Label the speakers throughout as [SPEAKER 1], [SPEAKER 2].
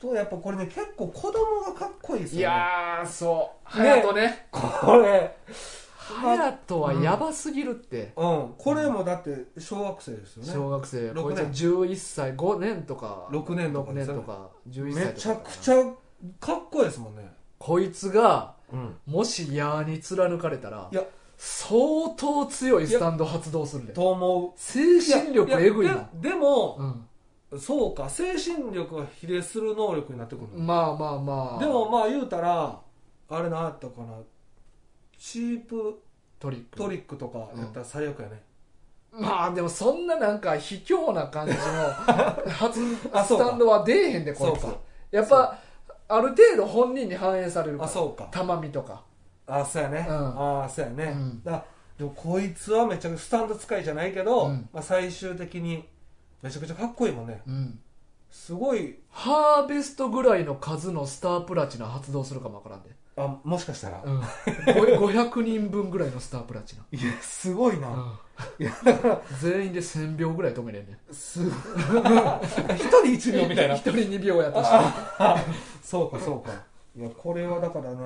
[SPEAKER 1] そうやっぱこれね結構子供がかっこいいです
[SPEAKER 2] い
[SPEAKER 1] よね
[SPEAKER 2] やー、そう。隼人ね。
[SPEAKER 1] これ
[SPEAKER 2] 隼人はやばすぎるって。
[SPEAKER 1] うんこれもだって小学生ですよ
[SPEAKER 2] 小
[SPEAKER 1] ね
[SPEAKER 2] 学生、こ
[SPEAKER 1] 六
[SPEAKER 2] いつ
[SPEAKER 1] 年
[SPEAKER 2] 11歳、5年とか、
[SPEAKER 1] 6年と
[SPEAKER 2] 6
[SPEAKER 1] かで
[SPEAKER 2] 年
[SPEAKER 1] すよ
[SPEAKER 2] と
[SPEAKER 1] ね
[SPEAKER 2] か、11歳とか。
[SPEAKER 1] めちゃくちゃかっこいいですもんね
[SPEAKER 2] こいつが、
[SPEAKER 1] うん
[SPEAKER 2] もし矢に貫かれたら
[SPEAKER 1] いや
[SPEAKER 2] 相当強いスタンド発動するで
[SPEAKER 1] と思う
[SPEAKER 2] 精神力えぐい
[SPEAKER 1] や
[SPEAKER 2] な
[SPEAKER 1] ででも、
[SPEAKER 2] うん
[SPEAKER 1] そうか精神力が比例する能力になってくるの、
[SPEAKER 2] まあまあまあ
[SPEAKER 1] でもまあ言うたらあれなんやったかなチープ
[SPEAKER 2] トリック
[SPEAKER 1] トリックとかやったら最悪やね、
[SPEAKER 2] まあでもそんななんか卑怯な感じ の発
[SPEAKER 1] あそう
[SPEAKER 2] ス
[SPEAKER 1] か
[SPEAKER 2] タンドは出えへんでこいつ
[SPEAKER 1] そうか
[SPEAKER 2] やっぱある程度本人に反映されるか
[SPEAKER 1] あ
[SPEAKER 2] ら
[SPEAKER 1] そうか
[SPEAKER 2] 玉見とか
[SPEAKER 1] あそうやね、
[SPEAKER 2] うん
[SPEAKER 1] ああそうやね、
[SPEAKER 2] うん
[SPEAKER 1] だでもこいつはめちゃくちゃスタンド使いじゃないけど、
[SPEAKER 2] うん
[SPEAKER 1] まあ、最終的にめちゃくちゃかっこいいもんね
[SPEAKER 2] うん
[SPEAKER 1] すごい
[SPEAKER 2] ハーベストぐらいの数のスタープラチナ発動するかもわからんで、
[SPEAKER 1] あもしかしたら、
[SPEAKER 2] うん、ご500人分ぐらいのスタープラチナ
[SPEAKER 1] いやすごいな、
[SPEAKER 2] うん全員で1000秒ぐらい止めれんねん
[SPEAKER 1] す ごい一人一秒みたいな
[SPEAKER 2] 一人2秒やとして
[SPEAKER 1] そうかそうかいやこれはだからね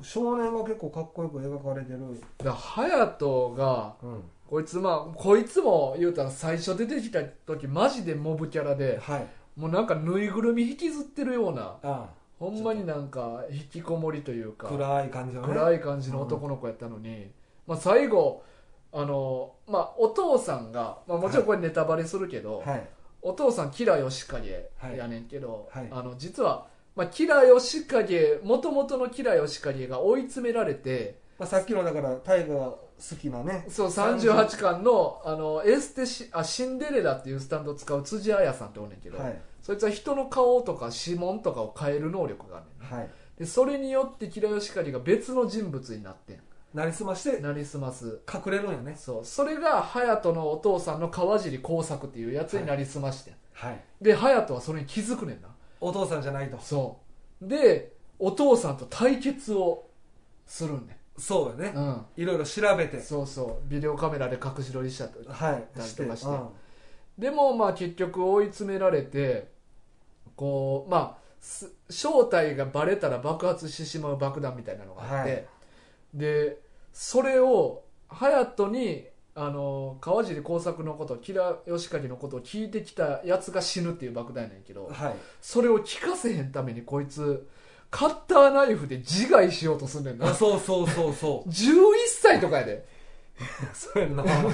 [SPEAKER 1] 少年が結構かっこよく描かれてる、
[SPEAKER 2] だから隼人が
[SPEAKER 1] うん、
[SPEAKER 2] こいつまあこいつも言うたら最初出てきた時マジでモブキャラで
[SPEAKER 1] はい
[SPEAKER 2] もうなんかぬいぐるみ引きずってるような
[SPEAKER 1] あ
[SPEAKER 2] ほんまになんか引きこもりという
[SPEAKER 1] あ
[SPEAKER 2] か
[SPEAKER 1] 暗い感じのね
[SPEAKER 2] 暗い感じの男の子やったのに、まあ、最後あのまあお父さんが、まあ、もちろんこれネタバレするけど、
[SPEAKER 1] はい
[SPEAKER 2] お父さん吉良義景
[SPEAKER 1] はい
[SPEAKER 2] やねんけど、
[SPEAKER 1] はい
[SPEAKER 2] あの実は、まあ、吉良義景もともとの吉良義景が追い詰められて
[SPEAKER 1] まあ、さっきのだから大河が好きなね
[SPEAKER 2] そう38巻のあのエステシあシンデレラっていうスタンドを使う辻彩さんっておんねんけど、
[SPEAKER 1] はい
[SPEAKER 2] そいつは人の顔とか指紋とかを変える能力があるねん
[SPEAKER 1] はい
[SPEAKER 2] でそれによって吉良義景が別の人物になってん
[SPEAKER 1] なりすまして
[SPEAKER 2] なりすます
[SPEAKER 1] 隠れるんよね
[SPEAKER 2] そうそれが隼人のお父さんの川尻耕作っていうやつになりすましてん、
[SPEAKER 1] はい
[SPEAKER 2] で隼人はそれに気づくねんな
[SPEAKER 1] お父さんじゃないと
[SPEAKER 2] そうでお父さんと対決をするんね
[SPEAKER 1] そうよね、
[SPEAKER 2] うん
[SPEAKER 1] いろいろ調べて
[SPEAKER 2] そうそうビデオカメラで隠し撮りしたと
[SPEAKER 1] はい
[SPEAKER 2] なんとかして
[SPEAKER 1] うん
[SPEAKER 2] でもまあ結局追い詰められてこうまあす正体がバレたら爆発してしまう爆弾みたいなのがあって、
[SPEAKER 1] はい
[SPEAKER 2] でそれを隼人にあの川尻耕作のこと吉良義景のことを聞いてきたやつが死ぬっていう爆弾やねんけど、
[SPEAKER 1] はい
[SPEAKER 2] それを聞かせへんためにこいつカッターナイフで自害しようとすんねんな
[SPEAKER 1] あそうそうそうそ
[SPEAKER 2] 11歳とかやで
[SPEAKER 1] う そうやんな確か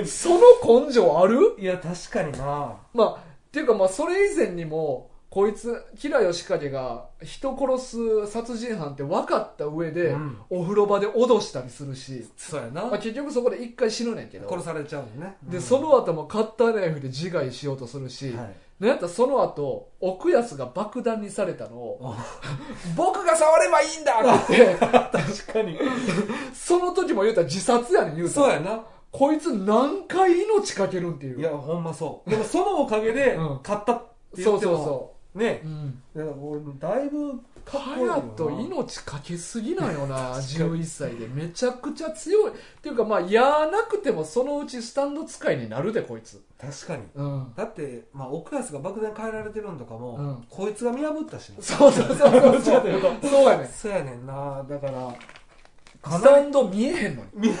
[SPEAKER 1] に
[SPEAKER 2] その根性ある
[SPEAKER 1] いや確かにな
[SPEAKER 2] まあっていうかまあそれ以前にもこいつ吉良義景が人殺す殺人犯って分かった上で、
[SPEAKER 1] うん
[SPEAKER 2] お風呂場で脅したりするし、
[SPEAKER 1] そうや
[SPEAKER 2] まあ、
[SPEAKER 1] な
[SPEAKER 2] 結局そこで一回死ぬねんけど
[SPEAKER 1] 殺されちゃうのね
[SPEAKER 2] で、
[SPEAKER 1] うん
[SPEAKER 2] その後もカッターナイフで自害しようとするし、
[SPEAKER 1] はい
[SPEAKER 2] なんやったらその後奥安が爆弾にされたのを
[SPEAKER 1] あ
[SPEAKER 2] 「僕が触ればいいんだ!」って言っ て
[SPEAKER 1] 確かに
[SPEAKER 2] その時も言うたら自殺やねん言うた
[SPEAKER 1] そう
[SPEAKER 2] ら
[SPEAKER 1] やな
[SPEAKER 2] こいつ何回命かけるんっていう
[SPEAKER 1] いやほんまそうでもそのおかげで
[SPEAKER 2] うん
[SPEAKER 1] 買ったって
[SPEAKER 2] そ
[SPEAKER 1] 言
[SPEAKER 2] う
[SPEAKER 1] っ
[SPEAKER 2] そ
[SPEAKER 1] て
[SPEAKER 2] う
[SPEAKER 1] も
[SPEAKER 2] そう
[SPEAKER 1] ね
[SPEAKER 2] う、うん、
[SPEAKER 1] いや俺だいぶかっこいいよな
[SPEAKER 2] 隼人命かけすぎなんよ な11歳でめちゃくちゃ強いっていうかまあやーなくてもそのうちスタンド使いになるでこいつ
[SPEAKER 1] 確かに
[SPEAKER 2] うん
[SPEAKER 1] だって、まあ、奥安が爆弾変えられてるんとかも、
[SPEAKER 2] うん
[SPEAKER 1] こいつが見破ったしな
[SPEAKER 2] そうそうそうそうそうそうやねんス
[SPEAKER 1] そうやねんなだからかな
[SPEAKER 2] タ
[SPEAKER 1] り
[SPEAKER 2] ンド見えへんのに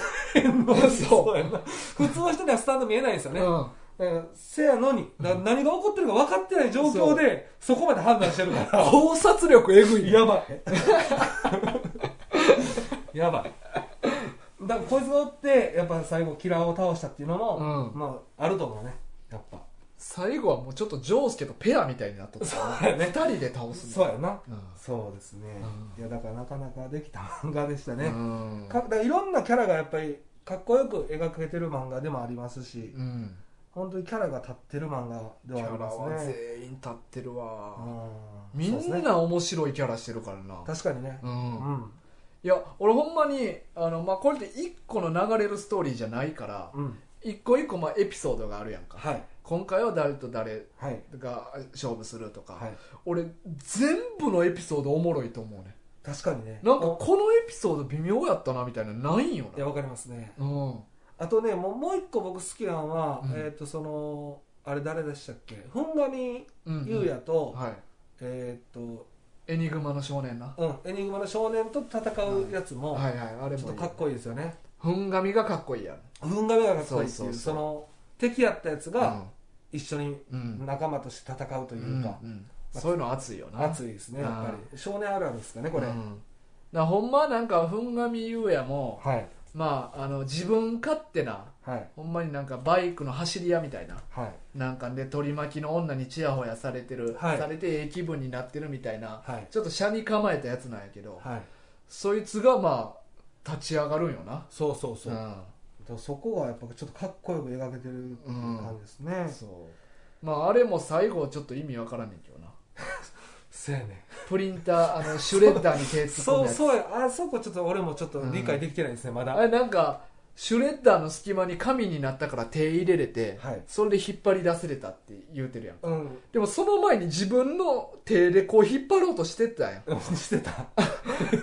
[SPEAKER 1] の
[SPEAKER 2] そう
[SPEAKER 1] やな普通の人にはスタンド見えないですよね、
[SPEAKER 2] うん
[SPEAKER 1] だからせやのにだ何が起こってるか分かってない状況でそこまで判断してるか ら
[SPEAKER 2] 考察力えぐいね
[SPEAKER 1] やばい やばいだからこいつがおってやっぱ最後キラーを倒したっていうのも、
[SPEAKER 2] うん
[SPEAKER 1] まああると思うねやっぱ
[SPEAKER 2] 最後はもうちょっとジョースケとペアみたいになっとった
[SPEAKER 1] そうや
[SPEAKER 2] 2人で倒す
[SPEAKER 1] そうやな
[SPEAKER 2] う
[SPEAKER 1] そうですね、
[SPEAKER 2] う
[SPEAKER 1] い
[SPEAKER 2] ん
[SPEAKER 1] やだからなかなかできた漫画でしたね、
[SPEAKER 2] ん
[SPEAKER 1] かだからいろんなキャラがやっぱりかっこよく描けてる漫画でもありますし、
[SPEAKER 2] うん
[SPEAKER 1] 本当にキャラが立ってる漫画
[SPEAKER 2] キ
[SPEAKER 1] ではあ
[SPEAKER 2] ャ
[SPEAKER 1] り
[SPEAKER 2] ラ
[SPEAKER 1] ま
[SPEAKER 2] は
[SPEAKER 1] すね
[SPEAKER 2] 全員立ってるわ、
[SPEAKER 1] うん
[SPEAKER 2] み
[SPEAKER 1] そうです
[SPEAKER 2] ん
[SPEAKER 1] ね
[SPEAKER 2] な面白いキャラしてるからな
[SPEAKER 1] 確かにね
[SPEAKER 2] う、
[SPEAKER 1] うん
[SPEAKER 2] い
[SPEAKER 1] ん
[SPEAKER 2] や俺ほんまにあの、まあ、これって一個の流れるストーリーじゃないから
[SPEAKER 1] うん
[SPEAKER 2] 一個一個まあエピソードがあるやんか、
[SPEAKER 1] はい
[SPEAKER 2] 今回は誰と誰
[SPEAKER 1] はい
[SPEAKER 2] が勝負するとか、
[SPEAKER 1] はい
[SPEAKER 2] 俺全部のエピソードおもろいと思うね
[SPEAKER 1] 確かにね
[SPEAKER 2] なんか
[SPEAKER 1] お
[SPEAKER 2] このエピソード微妙やったなみたいなのないんよ
[SPEAKER 1] いやわかりますね
[SPEAKER 2] なうん
[SPEAKER 1] あとねもうもう一個僕好きなのは、
[SPEAKER 2] うん
[SPEAKER 1] えっ、とそのあれ誰でしたっけ本上
[SPEAKER 2] うん
[SPEAKER 1] 優也と、
[SPEAKER 2] はい
[SPEAKER 1] えーっと
[SPEAKER 2] エニグマの少年な
[SPEAKER 1] うん、エニグマの少年と戦うやつも、
[SPEAKER 2] はいはいあれもいい
[SPEAKER 1] ちょっとかっこいいですよね
[SPEAKER 2] ふんがみがかっこいいやん
[SPEAKER 1] 運が目がかっこいいっていうそ
[SPEAKER 2] そうそうそう
[SPEAKER 1] の敵やったやつが一緒に
[SPEAKER 2] うんうん
[SPEAKER 1] 仲間として戦うと
[SPEAKER 2] う
[SPEAKER 1] い
[SPEAKER 2] ん
[SPEAKER 1] うか、
[SPEAKER 2] うんそういうの熱いよな
[SPEAKER 1] 熱いですねやっぱり少年あるあるですかねこれ、
[SPEAKER 2] うんなほんまなんかふんがみゆうやも
[SPEAKER 1] はい
[SPEAKER 2] まああの自分勝手な
[SPEAKER 1] はい
[SPEAKER 2] ほんまになんかバイクの走り屋みたいな
[SPEAKER 1] はい
[SPEAKER 2] なんかね取り巻きの女にちやほやされてる、
[SPEAKER 1] はい
[SPEAKER 2] されてええ気分になってるみたいな
[SPEAKER 1] はい
[SPEAKER 2] ちょっと斜に構えたやつなんやけど、
[SPEAKER 1] はい
[SPEAKER 2] そいつがまあ立ち上がるんよな
[SPEAKER 1] そうそうそう、だか
[SPEAKER 2] ん
[SPEAKER 1] らそこはやっぱちょっとかっこよく描けてるっていう感じですね、
[SPEAKER 2] そうまああれも最後ちょっと意味わからんねんけどな
[SPEAKER 1] そうやね
[SPEAKER 2] プリンターあのシュレッダーに手突っ込ん
[SPEAKER 1] そう
[SPEAKER 2] だやつ
[SPEAKER 1] そうやあそこちょっと俺もちょっと理解できてないですね、まだ
[SPEAKER 2] あれなんかシュレッダーの隙間に紙になったから手入れれて、
[SPEAKER 1] はい
[SPEAKER 2] それで引っ張り出せれたって言うてるやん
[SPEAKER 1] うん
[SPEAKER 2] でもその前に自分の手でこう引っ張ろうとしてったやん
[SPEAKER 1] してた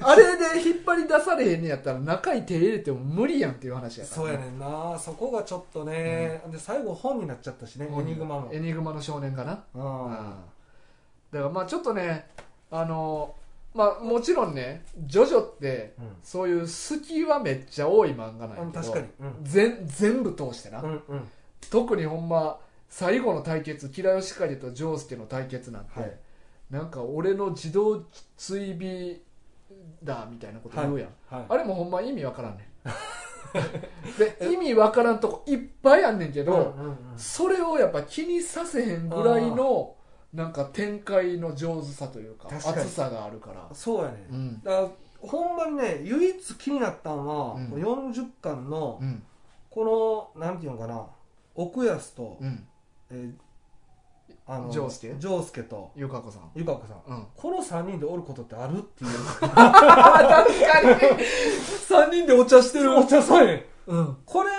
[SPEAKER 2] あれで引っ張り出されへんねやったら中に手入れても無理やんっていう話やから
[SPEAKER 1] そうやねんなそこがちょっとね、で最後本になっちゃったしね、
[SPEAKER 2] うん
[SPEAKER 1] エニグマも
[SPEAKER 2] エニグマの少年かな
[SPEAKER 1] うん
[SPEAKER 2] だからまあちょっとねあのまあもちろんね「ジョジョ」って
[SPEAKER 1] うん
[SPEAKER 2] そういう隙はめっちゃ多い漫画なんや
[SPEAKER 1] うん
[SPEAKER 2] けど
[SPEAKER 1] 確かにうん
[SPEAKER 2] 全全部通してな、
[SPEAKER 1] うんうん
[SPEAKER 2] 特にほんま最後の対決吉良義景と丈介の対決なんて、
[SPEAKER 1] はい
[SPEAKER 2] なんか俺の自動追尾だみたいなこと言うやん、
[SPEAKER 1] はい
[SPEAKER 2] あれもほんま意味わからんねん で意味わからんとこいっぱいあんねんけど、
[SPEAKER 1] うんうんうん
[SPEAKER 2] それをやっぱ気にさせへんぐらいのなんか展開の上手さというか
[SPEAKER 1] 確かに
[SPEAKER 2] 熱さがあるから
[SPEAKER 1] そうやね、
[SPEAKER 2] うん
[SPEAKER 1] だからほんまにね唯一気になったんは、
[SPEAKER 2] うん
[SPEAKER 1] この40巻の
[SPEAKER 2] うん
[SPEAKER 1] このなんていうのかな奥安と、
[SPEAKER 2] うん
[SPEAKER 1] えーあの
[SPEAKER 2] 丈介
[SPEAKER 1] 丈介と
[SPEAKER 2] ゆかこさん
[SPEAKER 1] ゆかこさん、
[SPEAKER 2] うん
[SPEAKER 1] この3人でおることってあるって いう
[SPEAKER 2] 確かに3 人でお茶してる
[SPEAKER 1] お茶さえ
[SPEAKER 2] うん
[SPEAKER 1] これ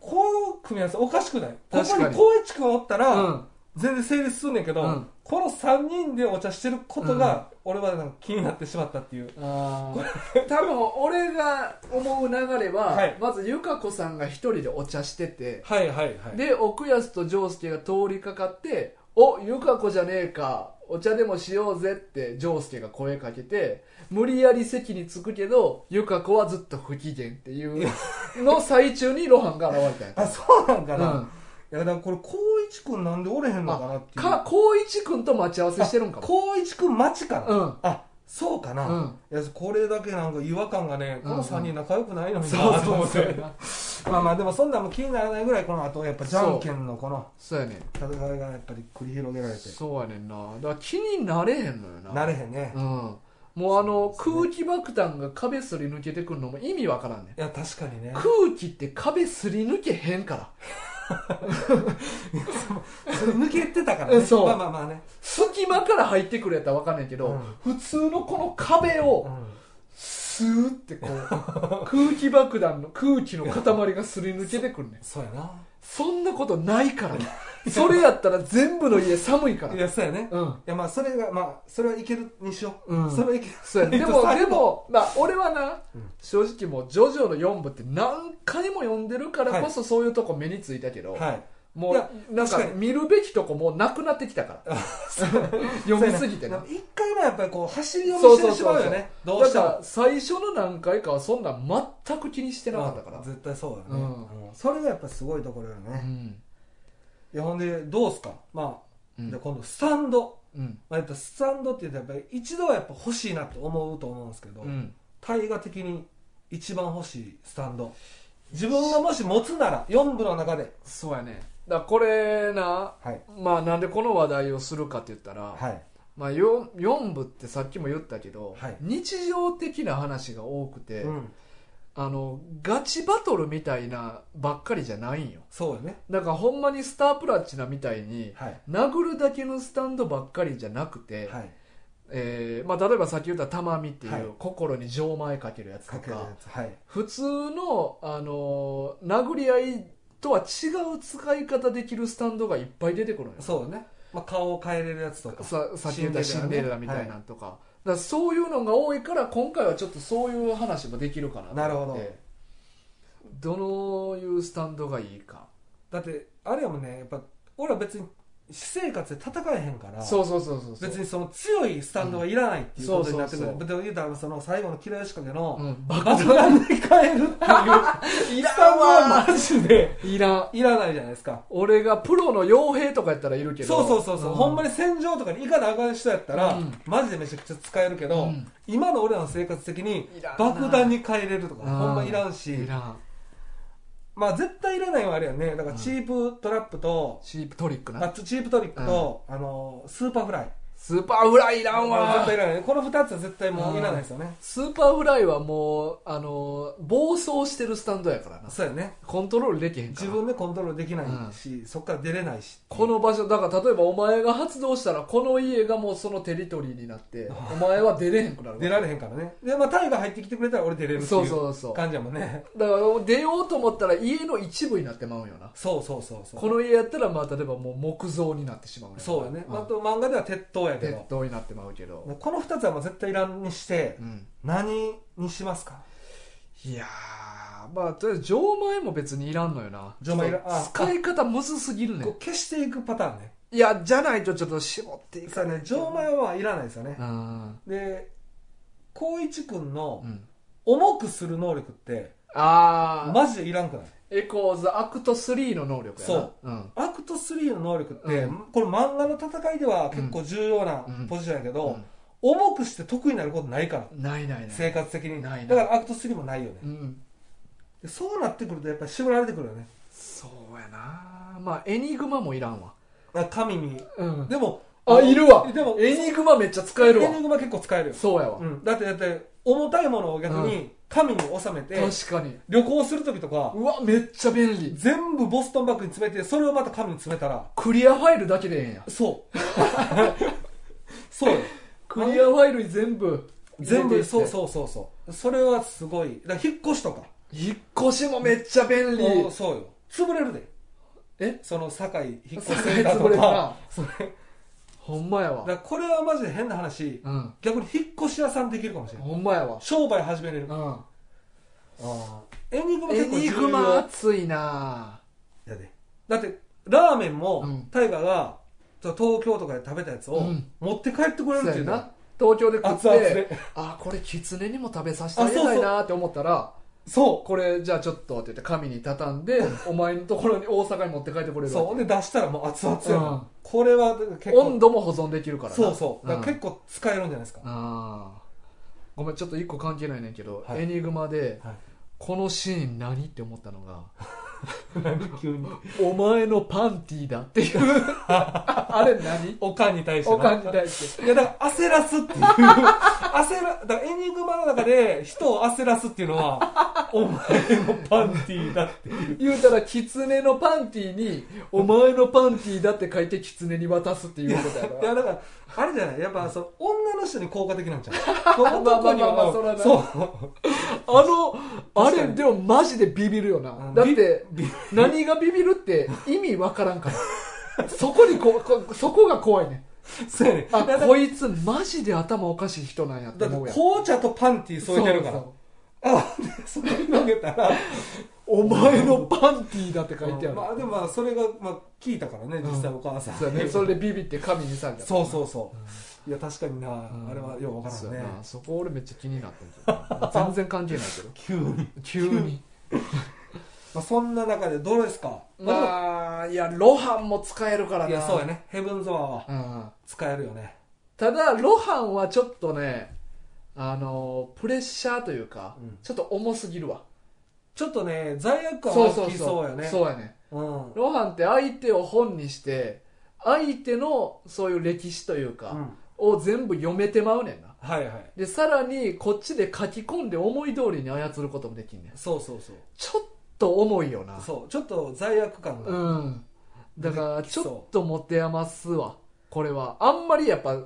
[SPEAKER 1] この組み合わせおかしくないこ
[SPEAKER 2] 確
[SPEAKER 1] こ
[SPEAKER 2] か
[SPEAKER 1] に
[SPEAKER 2] に
[SPEAKER 1] 光一君おったら、
[SPEAKER 2] うん
[SPEAKER 1] 全然成立すんねんけど、
[SPEAKER 2] うん
[SPEAKER 1] この3人でお茶してることが、俺はなんか気になってしまったっていう
[SPEAKER 2] あー多分俺が思う流れは、
[SPEAKER 1] はい
[SPEAKER 2] まずゆかこさんが一人でお茶してて、
[SPEAKER 1] はいはいはい
[SPEAKER 2] で奥安と丈介が通りかかって「おゆか子じゃねえかお茶でもしようぜ」って丈介が声かけて無理やり席に着くけどゆか子はずっと不機嫌っ ていうの最中に露伴が現れたん
[SPEAKER 1] あ
[SPEAKER 2] や
[SPEAKER 1] そうなんか
[SPEAKER 2] う
[SPEAKER 1] な、
[SPEAKER 2] ん
[SPEAKER 1] いやだからこれ光一君なんでおれへんのかなっていう
[SPEAKER 2] か光一君と待ち合わせしてるんかも
[SPEAKER 1] 光一君待ちかな、
[SPEAKER 2] うん
[SPEAKER 1] あそうかな、
[SPEAKER 2] うん
[SPEAKER 1] いやこれだけなんか違和感がねこ
[SPEAKER 2] うんう
[SPEAKER 1] の
[SPEAKER 2] ん
[SPEAKER 1] 3人仲良くないのに
[SPEAKER 2] そう
[SPEAKER 1] なと
[SPEAKER 2] そ
[SPEAKER 1] 思
[SPEAKER 2] う
[SPEAKER 1] っ
[SPEAKER 2] そうや
[SPEAKER 1] て
[SPEAKER 2] な
[SPEAKER 1] まあまあでもそんなんも気にならないぐらいこの後やっぱじゃんけんのこの
[SPEAKER 2] そうやねん
[SPEAKER 1] 戦いがやっぱり繰り広げられて
[SPEAKER 2] そうやねんなだから気になれへんのよな
[SPEAKER 1] なれへんね、
[SPEAKER 2] う
[SPEAKER 1] い
[SPEAKER 2] んもうあの
[SPEAKER 1] そうですね
[SPEAKER 2] 空気爆弾が壁すり抜けてくるのも意味わからんねん
[SPEAKER 1] や確かにね
[SPEAKER 2] 空気って壁すり抜けへんから
[SPEAKER 1] それ抜けてたからね
[SPEAKER 2] そう
[SPEAKER 1] まあまあまあね、
[SPEAKER 2] 隙間から入ってくるやったら分かんないけど、普通のこの壁
[SPEAKER 1] う
[SPEAKER 2] を
[SPEAKER 1] ん
[SPEAKER 2] スーってこう 空気爆弾の空気の塊がすり抜けてくるねん
[SPEAKER 1] そうやな
[SPEAKER 2] そんなことないからねそれやったら全部の家寒いから
[SPEAKER 1] いやそうやね、い
[SPEAKER 2] うん
[SPEAKER 1] やまあそれがまあそれはいけるにしよう、
[SPEAKER 2] うん
[SPEAKER 1] それはいける
[SPEAKER 2] そうやねでも
[SPEAKER 1] 最
[SPEAKER 2] で
[SPEAKER 1] 後
[SPEAKER 2] も、まあ、俺はな、
[SPEAKER 1] うん
[SPEAKER 2] 正直もう「ジョジョ」の4部って何回も読んでるからこそそういうとこ目についたけど、
[SPEAKER 1] はい
[SPEAKER 2] も
[SPEAKER 1] いや
[SPEAKER 2] うなんか
[SPEAKER 1] 確かに
[SPEAKER 2] 見るべきとこもうなくなってきたから 読みすぎて
[SPEAKER 1] な
[SPEAKER 2] なん
[SPEAKER 1] か一回目はやっぱりこう走り読みしてしまうよねどう
[SPEAKER 2] だ
[SPEAKER 1] して
[SPEAKER 2] か
[SPEAKER 1] も
[SPEAKER 2] ら最初の何回かはそんなん全く気にしてなかったから、
[SPEAKER 1] まあ絶対そうだ
[SPEAKER 2] う
[SPEAKER 1] ね、
[SPEAKER 2] ん
[SPEAKER 1] うんそれがやっぱすごいところよ
[SPEAKER 2] う
[SPEAKER 1] ね、
[SPEAKER 2] ん
[SPEAKER 1] いやほんでどうすかま
[SPEAKER 2] う
[SPEAKER 1] あ、
[SPEAKER 2] ん
[SPEAKER 1] じゃあ今度スタンド、
[SPEAKER 2] うん
[SPEAKER 1] まあ、やっぱスタンドって言うとやっぱり一度はやっぱ欲しいなと思うと思うんですけど、
[SPEAKER 2] うん
[SPEAKER 1] 大河的に一番欲しいスタンド自分がもし持つなら4部の中で
[SPEAKER 2] そうやねだからこれな
[SPEAKER 1] はい
[SPEAKER 2] まあなんでこの話題をするかって言ったら、
[SPEAKER 1] はい
[SPEAKER 2] まあ、4, 四部ってさっきも言ったけど、
[SPEAKER 1] はい
[SPEAKER 2] 日常的な話が多くて、
[SPEAKER 1] うん
[SPEAKER 2] あのガチバトルみたいなばっかりじゃないんよ
[SPEAKER 1] そうよね
[SPEAKER 2] だからほんまにスタープラチナみたいに
[SPEAKER 1] はい
[SPEAKER 2] 殴るだけのスタンドばっかりじゃなくて、
[SPEAKER 1] はい
[SPEAKER 2] えーまあ、例えばさっき言った「たまみ」っていう、
[SPEAKER 1] はい
[SPEAKER 2] 心に錠前かけるやつ
[SPEAKER 1] か
[SPEAKER 2] と
[SPEAKER 1] ける
[SPEAKER 2] か
[SPEAKER 1] やつはい
[SPEAKER 2] 普通の、あのー殴り合いとは違う使い方できるスタンドがいっぱい出てくるのよ
[SPEAKER 1] そうよね、まあ、顔を変えれるやつとか
[SPEAKER 2] ささっき言ったシ
[SPEAKER 1] シ
[SPEAKER 2] ン
[SPEAKER 1] ン
[SPEAKER 2] デ
[SPEAKER 1] デ
[SPEAKER 2] レ
[SPEAKER 1] レ
[SPEAKER 2] ラ
[SPEAKER 1] ラ
[SPEAKER 2] み
[SPEAKER 1] ね
[SPEAKER 2] たいなんとか,、だからそういうのが多いから今回はちょっとそういう話もできるかな
[SPEAKER 1] なるほど
[SPEAKER 2] どどのいうスタンドがいいか
[SPEAKER 1] だってあれやもんねやっぱ俺は別に私生活で戦えへんから
[SPEAKER 2] そうそうそうそうそう
[SPEAKER 1] 別にその強いスタンドがいらないっていうことになってくる、
[SPEAKER 2] うんそうそう
[SPEAKER 1] で言うたらその最後のキラヨシカゲの、
[SPEAKER 2] うん、
[SPEAKER 1] 爆弾で変えるっていうスタン ド
[SPEAKER 2] い
[SPEAKER 1] はマジで
[SPEAKER 2] いらん
[SPEAKER 1] いらないじゃないですか
[SPEAKER 2] 俺がプロの傭兵とかやったらいるけど
[SPEAKER 1] そうそうそうそう、ほんま
[SPEAKER 2] に
[SPEAKER 1] に戦場とかに行かなあかん人やったら、
[SPEAKER 2] うん
[SPEAKER 1] マジでめちゃくちゃ使えるけど、
[SPEAKER 2] うん
[SPEAKER 1] 今の俺らの生活的に
[SPEAKER 2] いらんな
[SPEAKER 1] 爆弾に変えれるとか
[SPEAKER 2] うん
[SPEAKER 1] ほんまいらんし
[SPEAKER 2] いらん
[SPEAKER 1] まあ絶対いらないはあれやんねだからチープトラップと、
[SPEAKER 2] チープトリック
[SPEAKER 1] あ
[SPEAKER 2] な
[SPEAKER 1] チチープトリックと、あのスーパーフライ
[SPEAKER 2] スーパーフライいらん
[SPEAKER 1] まあ
[SPEAKER 2] わ
[SPEAKER 1] 絶対いらないこの2つは絶対もういらないですよね
[SPEAKER 2] スーパーフライはもうあの暴走してるスタンドやからな
[SPEAKER 1] そうやね
[SPEAKER 2] コントロールできへんから
[SPEAKER 1] 自分でコントロールできないし、そこから出れないし
[SPEAKER 2] この場所だから例えばお前が発動したらこの家がもうそのテリトリーにな ってお前は出れへんくなるわ
[SPEAKER 1] 出られへんからねでまあタイが入ってきてくれたら俺出れるって
[SPEAKER 2] そ
[SPEAKER 1] いうう
[SPEAKER 2] そうそう
[SPEAKER 1] 感じやもんね
[SPEAKER 2] だから出ようと思ったら家の一部になってまうんよな
[SPEAKER 1] そうそうそうそう
[SPEAKER 2] この家やったらまあ例えばもう木造になってしまうよな
[SPEAKER 1] そうやね、
[SPEAKER 2] ん
[SPEAKER 1] あと漫画では鉄塔やけ
[SPEAKER 2] 鉄
[SPEAKER 1] ど
[SPEAKER 2] 塔になってまうけど、
[SPEAKER 1] この2つはもう絶対いらんにして、
[SPEAKER 2] うん、
[SPEAKER 1] 何にしますか
[SPEAKER 2] いやーまあとりあえず錠前も別にいらんのよな
[SPEAKER 1] 錠前いらんあ
[SPEAKER 2] 使い方むずすぎるねん
[SPEAKER 1] こう消していくパターンね
[SPEAKER 2] いやじゃないとちょっと絞ってい
[SPEAKER 1] さ
[SPEAKER 2] か
[SPEAKER 1] あ
[SPEAKER 2] ない
[SPEAKER 1] ね錠前はいらないですよね、
[SPEAKER 2] うん
[SPEAKER 1] で光一君の
[SPEAKER 2] うん
[SPEAKER 1] 重くする能力って
[SPEAKER 2] ああ、
[SPEAKER 1] マジでいらんくない
[SPEAKER 2] エコーズアクト3の能力やな、
[SPEAKER 1] そう
[SPEAKER 2] ん、
[SPEAKER 1] アクト3の能力って、
[SPEAKER 2] う
[SPEAKER 1] これ漫画の戦いでは結構重要なポジションやけど、
[SPEAKER 2] うん
[SPEAKER 1] 重くして得意になることないから、
[SPEAKER 2] ないないない
[SPEAKER 1] 生活的に
[SPEAKER 2] ないない
[SPEAKER 1] だからアクト3もないよね、
[SPEAKER 2] うん
[SPEAKER 1] でそうなってくるとやっぱり絞られてくるよね
[SPEAKER 2] そうやなまあエニグマもいらんわ
[SPEAKER 1] だから神に
[SPEAKER 2] うん
[SPEAKER 1] でも
[SPEAKER 2] あいるわ
[SPEAKER 1] でも
[SPEAKER 2] エニグマめっちゃ使える
[SPEAKER 1] エ
[SPEAKER 2] わ
[SPEAKER 1] ニグマ結構使えるよ、
[SPEAKER 2] そうやわ、
[SPEAKER 1] うん、だってだって重たいものを逆に神に収めて、
[SPEAKER 2] 確かに
[SPEAKER 1] 旅行する時とか
[SPEAKER 2] うわめっちゃ便利
[SPEAKER 1] 全部ボストンバッグに詰めてそれをまた神に詰めたら
[SPEAKER 2] クリアファイルだけでええんや
[SPEAKER 1] そう そうよ
[SPEAKER 2] クリアファイルに全部
[SPEAKER 1] 全部そう
[SPEAKER 2] う
[SPEAKER 1] そうそうそうそれはすごいだから引っ越しとか
[SPEAKER 2] 引っ越しもめっちゃ便利
[SPEAKER 1] おそうよ潰れるで
[SPEAKER 2] え
[SPEAKER 1] その堺引っ越
[SPEAKER 2] そ
[SPEAKER 1] し
[SPEAKER 2] れ
[SPEAKER 1] だ
[SPEAKER 2] 潰
[SPEAKER 1] と
[SPEAKER 2] れる
[SPEAKER 1] か
[SPEAKER 2] な
[SPEAKER 1] それ
[SPEAKER 2] ほんまや
[SPEAKER 1] だか
[SPEAKER 2] わ
[SPEAKER 1] らこれはマジで変な話
[SPEAKER 2] うん
[SPEAKER 1] 逆に引っ越し屋さんできるかもしれない
[SPEAKER 2] ほんまやわ
[SPEAKER 1] 商売始めれる
[SPEAKER 2] う
[SPEAKER 1] あーエニグマ
[SPEAKER 2] ん
[SPEAKER 1] 結
[SPEAKER 2] エ
[SPEAKER 1] 構重
[SPEAKER 2] ニ
[SPEAKER 1] 要
[SPEAKER 2] グマ熱いな
[SPEAKER 1] やでだってラーメンも、
[SPEAKER 2] うん
[SPEAKER 1] タイガーがその東京とかで食べたやつを、
[SPEAKER 2] うん
[SPEAKER 1] 持って帰ってくれるっ
[SPEAKER 2] そう
[SPEAKER 1] てい
[SPEAKER 2] や
[SPEAKER 1] うな
[SPEAKER 2] な東京で食っ
[SPEAKER 1] 熱々
[SPEAKER 2] て
[SPEAKER 1] で
[SPEAKER 2] あこれキツネにも食べさせてあげたいなって思ったら
[SPEAKER 1] そ
[SPEAKER 2] これじゃあちょっとって言って紙に畳ん でお前のところに大阪に持って帰って
[SPEAKER 1] う
[SPEAKER 2] これる
[SPEAKER 1] そうほ
[SPEAKER 2] わ
[SPEAKER 1] ん
[SPEAKER 2] け
[SPEAKER 1] で出したらもう熱々やな、
[SPEAKER 2] うん
[SPEAKER 1] これは結
[SPEAKER 2] 温
[SPEAKER 1] 構
[SPEAKER 2] 度も保存できるからな
[SPEAKER 1] そうそうだ
[SPEAKER 2] ん
[SPEAKER 1] から結構使えるんじゃないですか、
[SPEAKER 2] あーごめんちょっと一個関係ないねんけど、
[SPEAKER 1] はい
[SPEAKER 2] エニグマで
[SPEAKER 1] はい
[SPEAKER 2] このシーン何って思ったのが
[SPEAKER 1] 何 急に
[SPEAKER 2] お前のパンティーだっていう あれ何
[SPEAKER 1] おかんに対してな
[SPEAKER 2] おかんに対して
[SPEAKER 1] いやだから焦らすっていう 焦らだからエニグマの中で人を焦らすっていうの はお前のパンティーだっていう
[SPEAKER 2] 言うたらキツネのパンティーにお前のパンティーだって書いてキツネに渡すっていうことや
[SPEAKER 1] い
[SPEAKER 2] ろ
[SPEAKER 1] やだからあれじゃないやっぱその女の人に効果的なんちゃ う
[SPEAKER 2] まあま
[SPEAKER 1] 男
[SPEAKER 2] あ
[SPEAKER 1] に
[SPEAKER 2] まあまあそれは
[SPEAKER 1] は
[SPEAKER 2] な
[SPEAKER 1] そう
[SPEAKER 2] あのあ
[SPEAKER 1] 確か
[SPEAKER 2] れ
[SPEAKER 1] に
[SPEAKER 2] でもマジでビビるよなだって
[SPEAKER 1] ビビ
[SPEAKER 2] 何がビビるって意味わからんからそこにここそこが怖いね
[SPEAKER 1] そうやね
[SPEAKER 2] あ
[SPEAKER 1] だから
[SPEAKER 2] こいつマジで頭おかしい人なんやって
[SPEAKER 1] だって
[SPEAKER 2] 思うやん
[SPEAKER 1] 紅茶とパンティー添えてるから
[SPEAKER 2] そう
[SPEAKER 1] あでそれ投げたら
[SPEAKER 2] そうお前のパンティーだって書いてある、
[SPEAKER 1] まあでもまあそれがまあ聞いたからね実際お母さん
[SPEAKER 2] そうやねそれでビビって神にされた
[SPEAKER 1] そう
[SPEAKER 2] う
[SPEAKER 1] そうそういや確かになあれはようわから
[SPEAKER 2] そ
[SPEAKER 1] ん
[SPEAKER 2] や
[SPEAKER 1] ね
[SPEAKER 2] なそこ俺めっちゃ気になってる全然関係ない けど
[SPEAKER 1] 急に
[SPEAKER 2] 急に
[SPEAKER 1] まあそんな中でどうですかまあ
[SPEAKER 2] まあいやロハンも使えるから
[SPEAKER 1] でも
[SPEAKER 2] な
[SPEAKER 1] や
[SPEAKER 2] い
[SPEAKER 1] そうやねヘブンズワーは
[SPEAKER 2] うん
[SPEAKER 1] 使えるよね
[SPEAKER 2] ただロハンはちょっとねあのプレッシャーというか、
[SPEAKER 1] うん
[SPEAKER 2] ちょっと重すぎるわ
[SPEAKER 1] ちょっとね罪悪感
[SPEAKER 2] そう
[SPEAKER 1] は
[SPEAKER 2] そ
[SPEAKER 1] 大
[SPEAKER 2] う
[SPEAKER 1] き
[SPEAKER 2] そう
[SPEAKER 1] そうよね
[SPEAKER 2] そうやね
[SPEAKER 1] うん
[SPEAKER 2] ロハンって相手を本にして相手のそういう歴史というか、
[SPEAKER 1] うん
[SPEAKER 2] を全部読めてまうねんな
[SPEAKER 1] はいはい
[SPEAKER 2] でさらにこっちで書き込んで思い通りに操ることもできんねん
[SPEAKER 1] そうそうそう
[SPEAKER 2] ちょっと重いよな
[SPEAKER 1] そうちょっと罪悪感が
[SPEAKER 2] うんだから
[SPEAKER 1] でき
[SPEAKER 2] ち
[SPEAKER 1] そう
[SPEAKER 2] ょっと持て余すわこれはあんまりやっぱ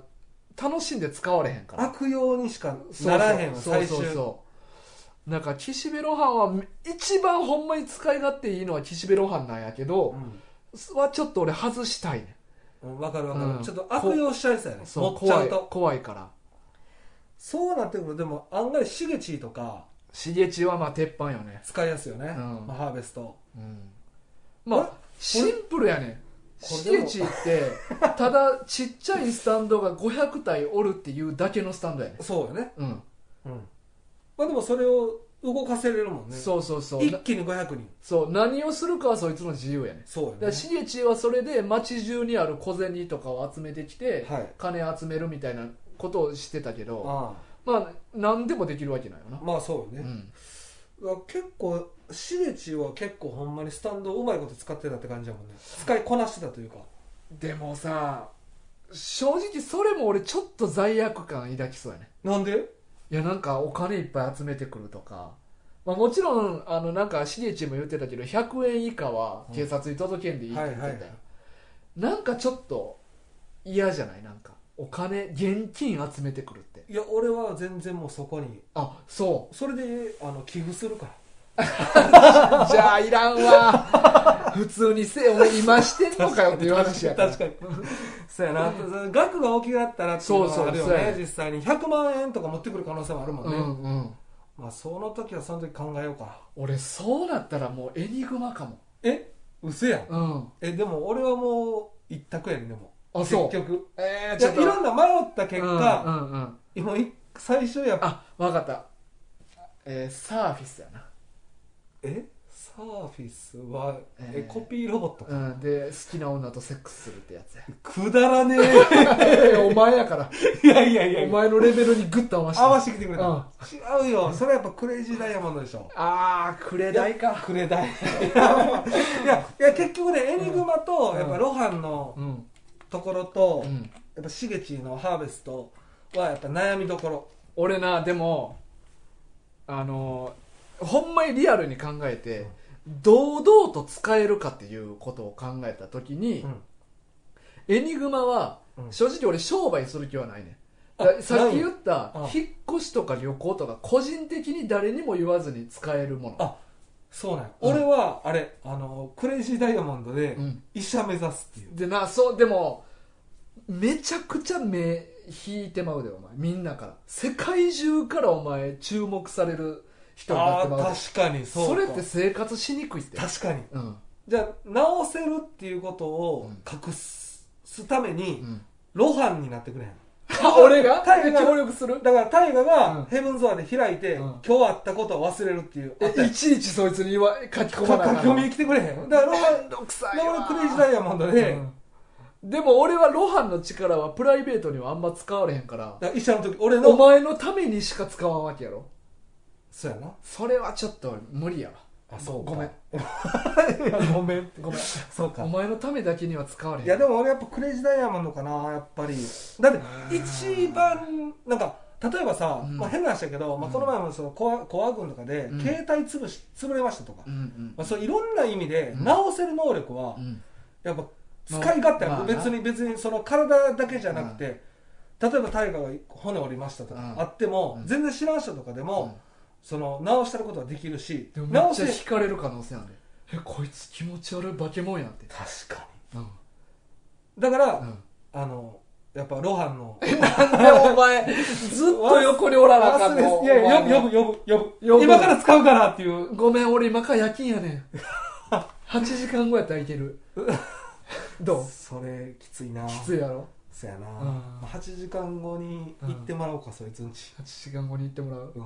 [SPEAKER 2] 楽しんで使われへんから
[SPEAKER 1] 悪用にしかならへんわ
[SPEAKER 2] そう
[SPEAKER 1] 最
[SPEAKER 2] そう
[SPEAKER 1] 終
[SPEAKER 2] そうなんか岸辺露伴は一番ほんまに使い勝手いいのは岸辺露伴なんやけど、
[SPEAKER 1] うん
[SPEAKER 2] はちょっと俺外したいね
[SPEAKER 1] うんわかるわかる、
[SPEAKER 2] うん
[SPEAKER 1] ちょっと悪用しちゃいそうやね
[SPEAKER 2] そう
[SPEAKER 1] 持っちゃ
[SPEAKER 2] 怖
[SPEAKER 1] う
[SPEAKER 2] い
[SPEAKER 1] と
[SPEAKER 2] 怖いから
[SPEAKER 1] そうなってくるとでも案外シゲチーとか
[SPEAKER 2] しげちはまあ鉄板よね、
[SPEAKER 1] 使いやすいよね、
[SPEAKER 2] うん
[SPEAKER 1] まあ、ハーベスト
[SPEAKER 2] うんまあシンプルやね
[SPEAKER 1] こ
[SPEAKER 2] シ
[SPEAKER 1] れで
[SPEAKER 2] エ
[SPEAKER 1] も
[SPEAKER 2] チって ただちっちゃいスタンドが500体おるっていうだけのスタンドやね
[SPEAKER 1] そうよね。
[SPEAKER 2] うん、
[SPEAKER 1] うん。まあでもそれを動かせれるもんね。
[SPEAKER 2] そうそうそう
[SPEAKER 1] 一
[SPEAKER 2] な
[SPEAKER 1] 気に500人。
[SPEAKER 2] そう何をするかはそいつの自由やね
[SPEAKER 1] そうよ
[SPEAKER 2] だか
[SPEAKER 1] ね
[SPEAKER 2] ら。シエチはそれで町中にある小銭とかを集めてきて、
[SPEAKER 1] はい
[SPEAKER 2] 金集めるみたいなことをしてたけど
[SPEAKER 1] あ
[SPEAKER 2] まあ何でもできるわけないよな
[SPEAKER 1] あ、まあそうよ
[SPEAKER 2] う
[SPEAKER 1] ね。
[SPEAKER 2] ん、
[SPEAKER 1] だから結構、シゲチは結構ほんまにスタンドをうまいこと使ってたって感じだもんね。使いこなしてたというか。
[SPEAKER 2] でもさ正直それも俺ちょっと罪悪感抱きそうやね
[SPEAKER 1] なんで
[SPEAKER 2] いやなんかお金いっぱい集めてくるとか、まあ、もちろんあのなんかシゲチも言ってたけど100円以下は警察に届けんでいいって言ってたよ、
[SPEAKER 1] はいはいはい
[SPEAKER 2] なんかちょっと嫌じゃないなんかお金現金集めてくるって
[SPEAKER 1] いや、俺は全然もうそこに。
[SPEAKER 2] あそう
[SPEAKER 1] それで、あの、寄付するから。
[SPEAKER 2] じゃあいらんわ 普通にせえお前今してんのかよっていう話やから
[SPEAKER 1] 確かに。 そうやな。額が大きかったらっていうのはあるよ
[SPEAKER 2] そうそうそうや
[SPEAKER 1] ね、実際に。100万円とか持ってくる可能性もあるもん
[SPEAKER 2] う
[SPEAKER 1] ね。
[SPEAKER 2] んうん
[SPEAKER 1] まあ、その時はその時考えようか。
[SPEAKER 2] 俺そうなったらもうエニグマかも
[SPEAKER 1] え嘘やん。
[SPEAKER 2] うん
[SPEAKER 1] え、でも俺はもう一択やねん、でも。
[SPEAKER 2] あそう
[SPEAKER 1] 結局。
[SPEAKER 2] え
[SPEAKER 1] いやいろんな迷った結
[SPEAKER 2] う
[SPEAKER 1] 果、
[SPEAKER 2] んうんうん
[SPEAKER 1] 今い最初やっぱ、
[SPEAKER 2] あわかったえー、サーフィスや
[SPEAKER 1] えサーフィスは、え
[SPEAKER 2] えー
[SPEAKER 1] コピーロボットか。
[SPEAKER 2] なうんで好きな女とセックスするってやつや
[SPEAKER 1] くだらねえ。
[SPEAKER 2] えーお前やから
[SPEAKER 1] いやいやいや
[SPEAKER 2] お
[SPEAKER 1] いや。
[SPEAKER 2] 前のレベルにグッと合わせて
[SPEAKER 1] 合わせてきてくれ
[SPEAKER 2] うん
[SPEAKER 1] た。違うよ。それはやっぱクレイジーダイヤモンドでしょ。
[SPEAKER 2] あークレダイか
[SPEAKER 1] くれだいいやいや結局ねエニグマとやっぱロハンの
[SPEAKER 2] うん
[SPEAKER 1] ところと、
[SPEAKER 2] う
[SPEAKER 1] や
[SPEAKER 2] ん
[SPEAKER 1] っぱシゲチのハーベストはやっぱ悩みどころ
[SPEAKER 2] 俺なでもあのーほんまにリアルに考えて、堂々と使えるかっていうことを考えた時に、
[SPEAKER 1] うん
[SPEAKER 2] エニグマは、
[SPEAKER 1] うん
[SPEAKER 2] 正直俺商売する気はないね
[SPEAKER 1] あ
[SPEAKER 2] ださっき言った
[SPEAKER 1] ないのあ
[SPEAKER 2] 引っ越しとか旅行とか個人的に誰にも言わずに使えるもの
[SPEAKER 1] あそうなんや、
[SPEAKER 2] うん
[SPEAKER 1] 俺はあれあのクレイジーダイヤモンドで
[SPEAKER 2] うん
[SPEAKER 1] 医者目指すっていう、
[SPEAKER 2] でなそうでもめちゃくちゃ目引いてまうでお前みんなから世界中からお前注目される人にな
[SPEAKER 1] あ
[SPEAKER 2] っ
[SPEAKER 1] あ
[SPEAKER 2] てまうで
[SPEAKER 1] ー確かにそう
[SPEAKER 2] そ
[SPEAKER 1] か
[SPEAKER 2] れって生活しにくいって
[SPEAKER 1] 確かに
[SPEAKER 2] うん
[SPEAKER 1] じゃあ直せるっていうことを隠す,、ために、 ロハンになってくれへん
[SPEAKER 2] 俺が
[SPEAKER 1] タイガが
[SPEAKER 2] 協力する
[SPEAKER 1] だから大我
[SPEAKER 2] うん
[SPEAKER 1] がヘブンズワーで開いて、
[SPEAKER 2] うん
[SPEAKER 1] 今日あったことを忘れるっていうあったやん
[SPEAKER 2] えいちいちそいつに言わ書き
[SPEAKER 1] 書
[SPEAKER 2] 込
[SPEAKER 1] き
[SPEAKER 2] まなあかん
[SPEAKER 1] 込みに来てくれへんだからロハン
[SPEAKER 2] めんどくさいわ
[SPEAKER 1] 俺クレイジーダイヤモンドで、
[SPEAKER 2] うんでも俺はロハンの力はプライベートにはあんま使われへんから
[SPEAKER 1] だから医者の時俺
[SPEAKER 2] お
[SPEAKER 1] の
[SPEAKER 2] 前のためにしか使わんわけやろ
[SPEAKER 1] そうやな
[SPEAKER 2] それはちょっと無理やわ
[SPEAKER 1] あそう
[SPEAKER 2] ごめん
[SPEAKER 1] ごめん
[SPEAKER 2] ごめん
[SPEAKER 1] そう
[SPEAKER 2] お
[SPEAKER 1] か
[SPEAKER 2] 前のためだけには使われへん
[SPEAKER 1] いやでも俺やっぱクレイジーダイヤモンドかなやっぱりだって一番なんか例えばさ、
[SPEAKER 2] うん
[SPEAKER 1] まあ、変な話だけど、まあ、この前もそのコアコア軍とかで、
[SPEAKER 2] うん
[SPEAKER 1] 携帯潰し潰れましたとか、
[SPEAKER 2] うんうん
[SPEAKER 1] まあ、そういろんな意味で
[SPEAKER 2] うん
[SPEAKER 1] 直せる能力は
[SPEAKER 2] うん
[SPEAKER 1] やっぱ使い勝手、
[SPEAKER 2] まあまあ
[SPEAKER 1] 別に別にその体だけじゃなくて、例えば大河が骨折りましたとか、
[SPEAKER 2] うん
[SPEAKER 1] あっても、
[SPEAKER 2] うん
[SPEAKER 1] 全然知らん人とかでも、その直したることはできるし
[SPEAKER 2] でもめ
[SPEAKER 1] 直
[SPEAKER 2] っち
[SPEAKER 1] せ
[SPEAKER 2] ゃ惹かれる可能性あるねえこいつ気持ち悪い化け物やんって
[SPEAKER 1] 確か
[SPEAKER 2] うん
[SPEAKER 1] にだから、
[SPEAKER 2] うん
[SPEAKER 1] あのやっぱロハン の
[SPEAKER 2] なんでお前、ずっと横におらなあかんの
[SPEAKER 1] いやいや呼
[SPEAKER 2] お前
[SPEAKER 1] ぶ呼ぶ呼ぶ
[SPEAKER 2] 呼
[SPEAKER 1] 呼
[SPEAKER 2] ぶ
[SPEAKER 1] ぶ今から使うからっていう
[SPEAKER 2] ごめん、俺今から夜勤やねん。8時間後やったらいける。ど
[SPEAKER 1] それきついな
[SPEAKER 2] うきついやろ
[SPEAKER 1] そやな、
[SPEAKER 2] うん
[SPEAKER 1] まあ8時間後に行ってもらおうか、そいつんち
[SPEAKER 2] ?8 時間後に行ってもらう。
[SPEAKER 1] うん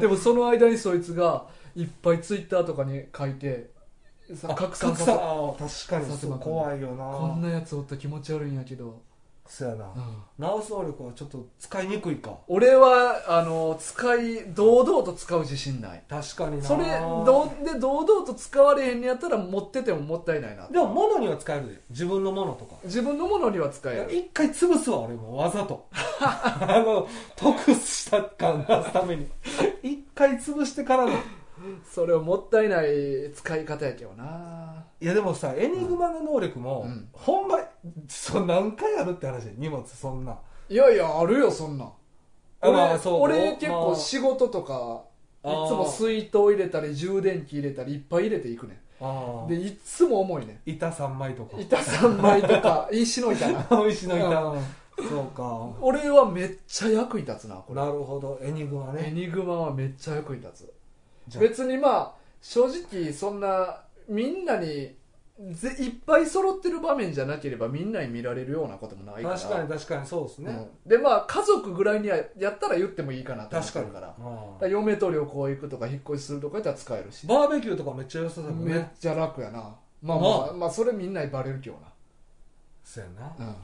[SPEAKER 2] でもその間にそいつが、いっぱいツイッターとかに書いて、さ
[SPEAKER 1] あ
[SPEAKER 2] 拡散
[SPEAKER 1] 拡
[SPEAKER 2] さ
[SPEAKER 1] 散
[SPEAKER 2] せ
[SPEAKER 1] あー確か
[SPEAKER 2] さ
[SPEAKER 1] に
[SPEAKER 2] せ
[SPEAKER 1] す
[SPEAKER 2] ま
[SPEAKER 1] ご
[SPEAKER 2] く
[SPEAKER 1] い
[SPEAKER 2] ね
[SPEAKER 1] 怖いよ
[SPEAKER 2] こん
[SPEAKER 1] な
[SPEAKER 2] なやつおったら気持ち悪いんやけど。
[SPEAKER 1] そやな、
[SPEAKER 2] うん
[SPEAKER 1] 直す能力はちょっと使いにくいか
[SPEAKER 2] 俺は、あの、使い、堂々と使う自信ない。
[SPEAKER 1] 確かにな
[SPEAKER 2] それ、どう、で、堂々と使われへんのやったら持っててももったいないな。
[SPEAKER 1] でも物には使えるで自分の物とか
[SPEAKER 2] 自分のものには使える。
[SPEAKER 1] 一回潰すわ俺もわざと あの得した感出すために一回潰してからの
[SPEAKER 2] それをもったいない使い方やけどない
[SPEAKER 1] やでもさエニグマの能力も、
[SPEAKER 2] うん
[SPEAKER 1] ほんまそう何回あるって話で荷物そんない
[SPEAKER 2] やいやあるよそんなん
[SPEAKER 1] あ
[SPEAKER 2] 俺,、
[SPEAKER 1] まあそう
[SPEAKER 2] 俺結構
[SPEAKER 1] まあ
[SPEAKER 2] 仕事とかい
[SPEAKER 1] あー
[SPEAKER 2] つも水筒入れたり充電器入れたりいっぱい入れていくね
[SPEAKER 1] あ
[SPEAKER 2] ん
[SPEAKER 1] で
[SPEAKER 2] でいつも重いね
[SPEAKER 1] 板3枚とか
[SPEAKER 2] ん板3枚と か石の板な
[SPEAKER 1] 石の板
[SPEAKER 2] うん
[SPEAKER 1] そうか
[SPEAKER 2] 俺はめっちゃ役に立つなこ
[SPEAKER 1] なるほどエニグマ
[SPEAKER 2] れエ
[SPEAKER 1] ね
[SPEAKER 2] ニグマはめっちゃ役に立つ
[SPEAKER 1] じゃあ
[SPEAKER 2] 別にまあ正直そんなみんなにぜいっぱい揃ってる場面じゃなければみんなに見られるようなこともないから
[SPEAKER 1] 確かに確かにそうですね、
[SPEAKER 2] うんでまあ家族ぐらいにはやったら言ってもいいかなと思っ
[SPEAKER 1] 確
[SPEAKER 2] て
[SPEAKER 1] かに
[SPEAKER 2] るから
[SPEAKER 1] うん
[SPEAKER 2] だから嫁と旅行行くとか引っ越しするとかやったら使えるし、
[SPEAKER 1] バーベキューとかめっちゃ良さそうだもん
[SPEAKER 2] めっ
[SPEAKER 1] ね
[SPEAKER 2] ちゃ楽やなまあまあ、まあそれみんなにバレるけど
[SPEAKER 1] そうやな
[SPEAKER 2] な、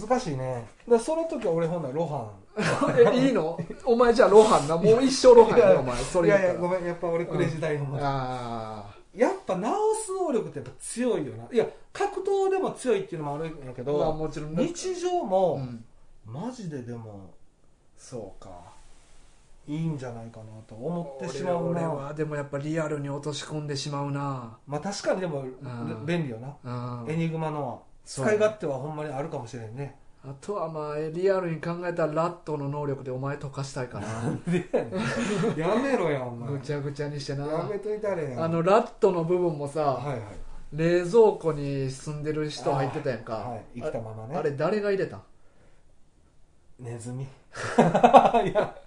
[SPEAKER 1] 難しいねだからその時は俺ほんならロハン
[SPEAKER 2] うん、 えいいのお前じゃあロハンなもう一生ロハン
[SPEAKER 1] いやい
[SPEAKER 2] や
[SPEAKER 1] や
[SPEAKER 2] お前それ
[SPEAKER 1] い
[SPEAKER 2] 言っ
[SPEAKER 1] や
[SPEAKER 2] たら
[SPEAKER 1] いやごめんやっぱ俺クレイジーダイヤモンド、
[SPEAKER 2] あ
[SPEAKER 1] やっぱ直す能力ってやっぱ強いよないや格闘でも強いっていうのもあるんやけ
[SPEAKER 2] あまあ
[SPEAKER 1] ど、
[SPEAKER 2] もちろんね
[SPEAKER 1] 日常
[SPEAKER 2] う
[SPEAKER 1] も、
[SPEAKER 2] ん、
[SPEAKER 1] マジででも
[SPEAKER 2] そうか
[SPEAKER 1] いいんじゃないかなと思ってしまう
[SPEAKER 2] 俺
[SPEAKER 1] な
[SPEAKER 2] は俺はでもやっぱリアルに落とし込んでしまうな
[SPEAKER 1] まあ確かにでも
[SPEAKER 2] ん
[SPEAKER 1] 便利よな、
[SPEAKER 2] うん
[SPEAKER 1] エニグマのは
[SPEAKER 2] そう
[SPEAKER 1] 使い勝手はほんまにあるかもしれんね
[SPEAKER 2] あとはまあリアルに考えたらラットの能力でお前溶かしたいかな
[SPEAKER 1] で やめろやお前
[SPEAKER 2] ぐちゃぐちゃにしてな
[SPEAKER 1] やめといたれや
[SPEAKER 2] あのラットの部分もさ、
[SPEAKER 1] はいはい
[SPEAKER 2] 冷蔵庫に住んでる人入ってたやん
[SPEAKER 1] あ
[SPEAKER 2] か、
[SPEAKER 1] ーはい生きたままね
[SPEAKER 2] ああれ誰が入れたん
[SPEAKER 1] ネズミ いやや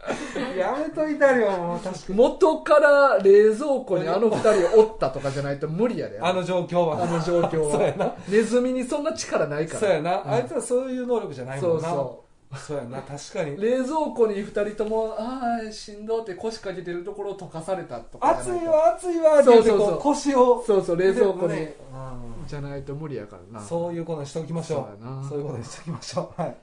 [SPEAKER 1] めといたれよもう確かに
[SPEAKER 2] 元から冷蔵庫にあの二人おったとかじゃないと無理やで
[SPEAKER 1] あの状況は
[SPEAKER 2] あの状況は
[SPEAKER 1] そうやな
[SPEAKER 2] ネズミにそんな力ないから
[SPEAKER 1] そうやな、
[SPEAKER 2] ん
[SPEAKER 1] あいつはそういう能力じゃない
[SPEAKER 2] そ
[SPEAKER 1] も
[SPEAKER 2] うん
[SPEAKER 1] な
[SPEAKER 2] そ
[SPEAKER 1] そうやな確か
[SPEAKER 2] う
[SPEAKER 1] に
[SPEAKER 2] 冷蔵庫に二人ともああしんどって腰掛けてるところを溶かされたとかじ
[SPEAKER 1] 熱
[SPEAKER 2] ゃないいと
[SPEAKER 1] わ熱いわ
[SPEAKER 2] そう
[SPEAKER 1] って
[SPEAKER 2] そうそ
[SPEAKER 1] 言っ
[SPEAKER 2] う
[SPEAKER 1] てこう腰を
[SPEAKER 2] そうそう冷蔵庫に
[SPEAKER 1] でうん
[SPEAKER 2] じゃないと無理やからな
[SPEAKER 1] そういうことにしておきましょ
[SPEAKER 2] そうやな
[SPEAKER 1] うそういうことにしておきましょうはい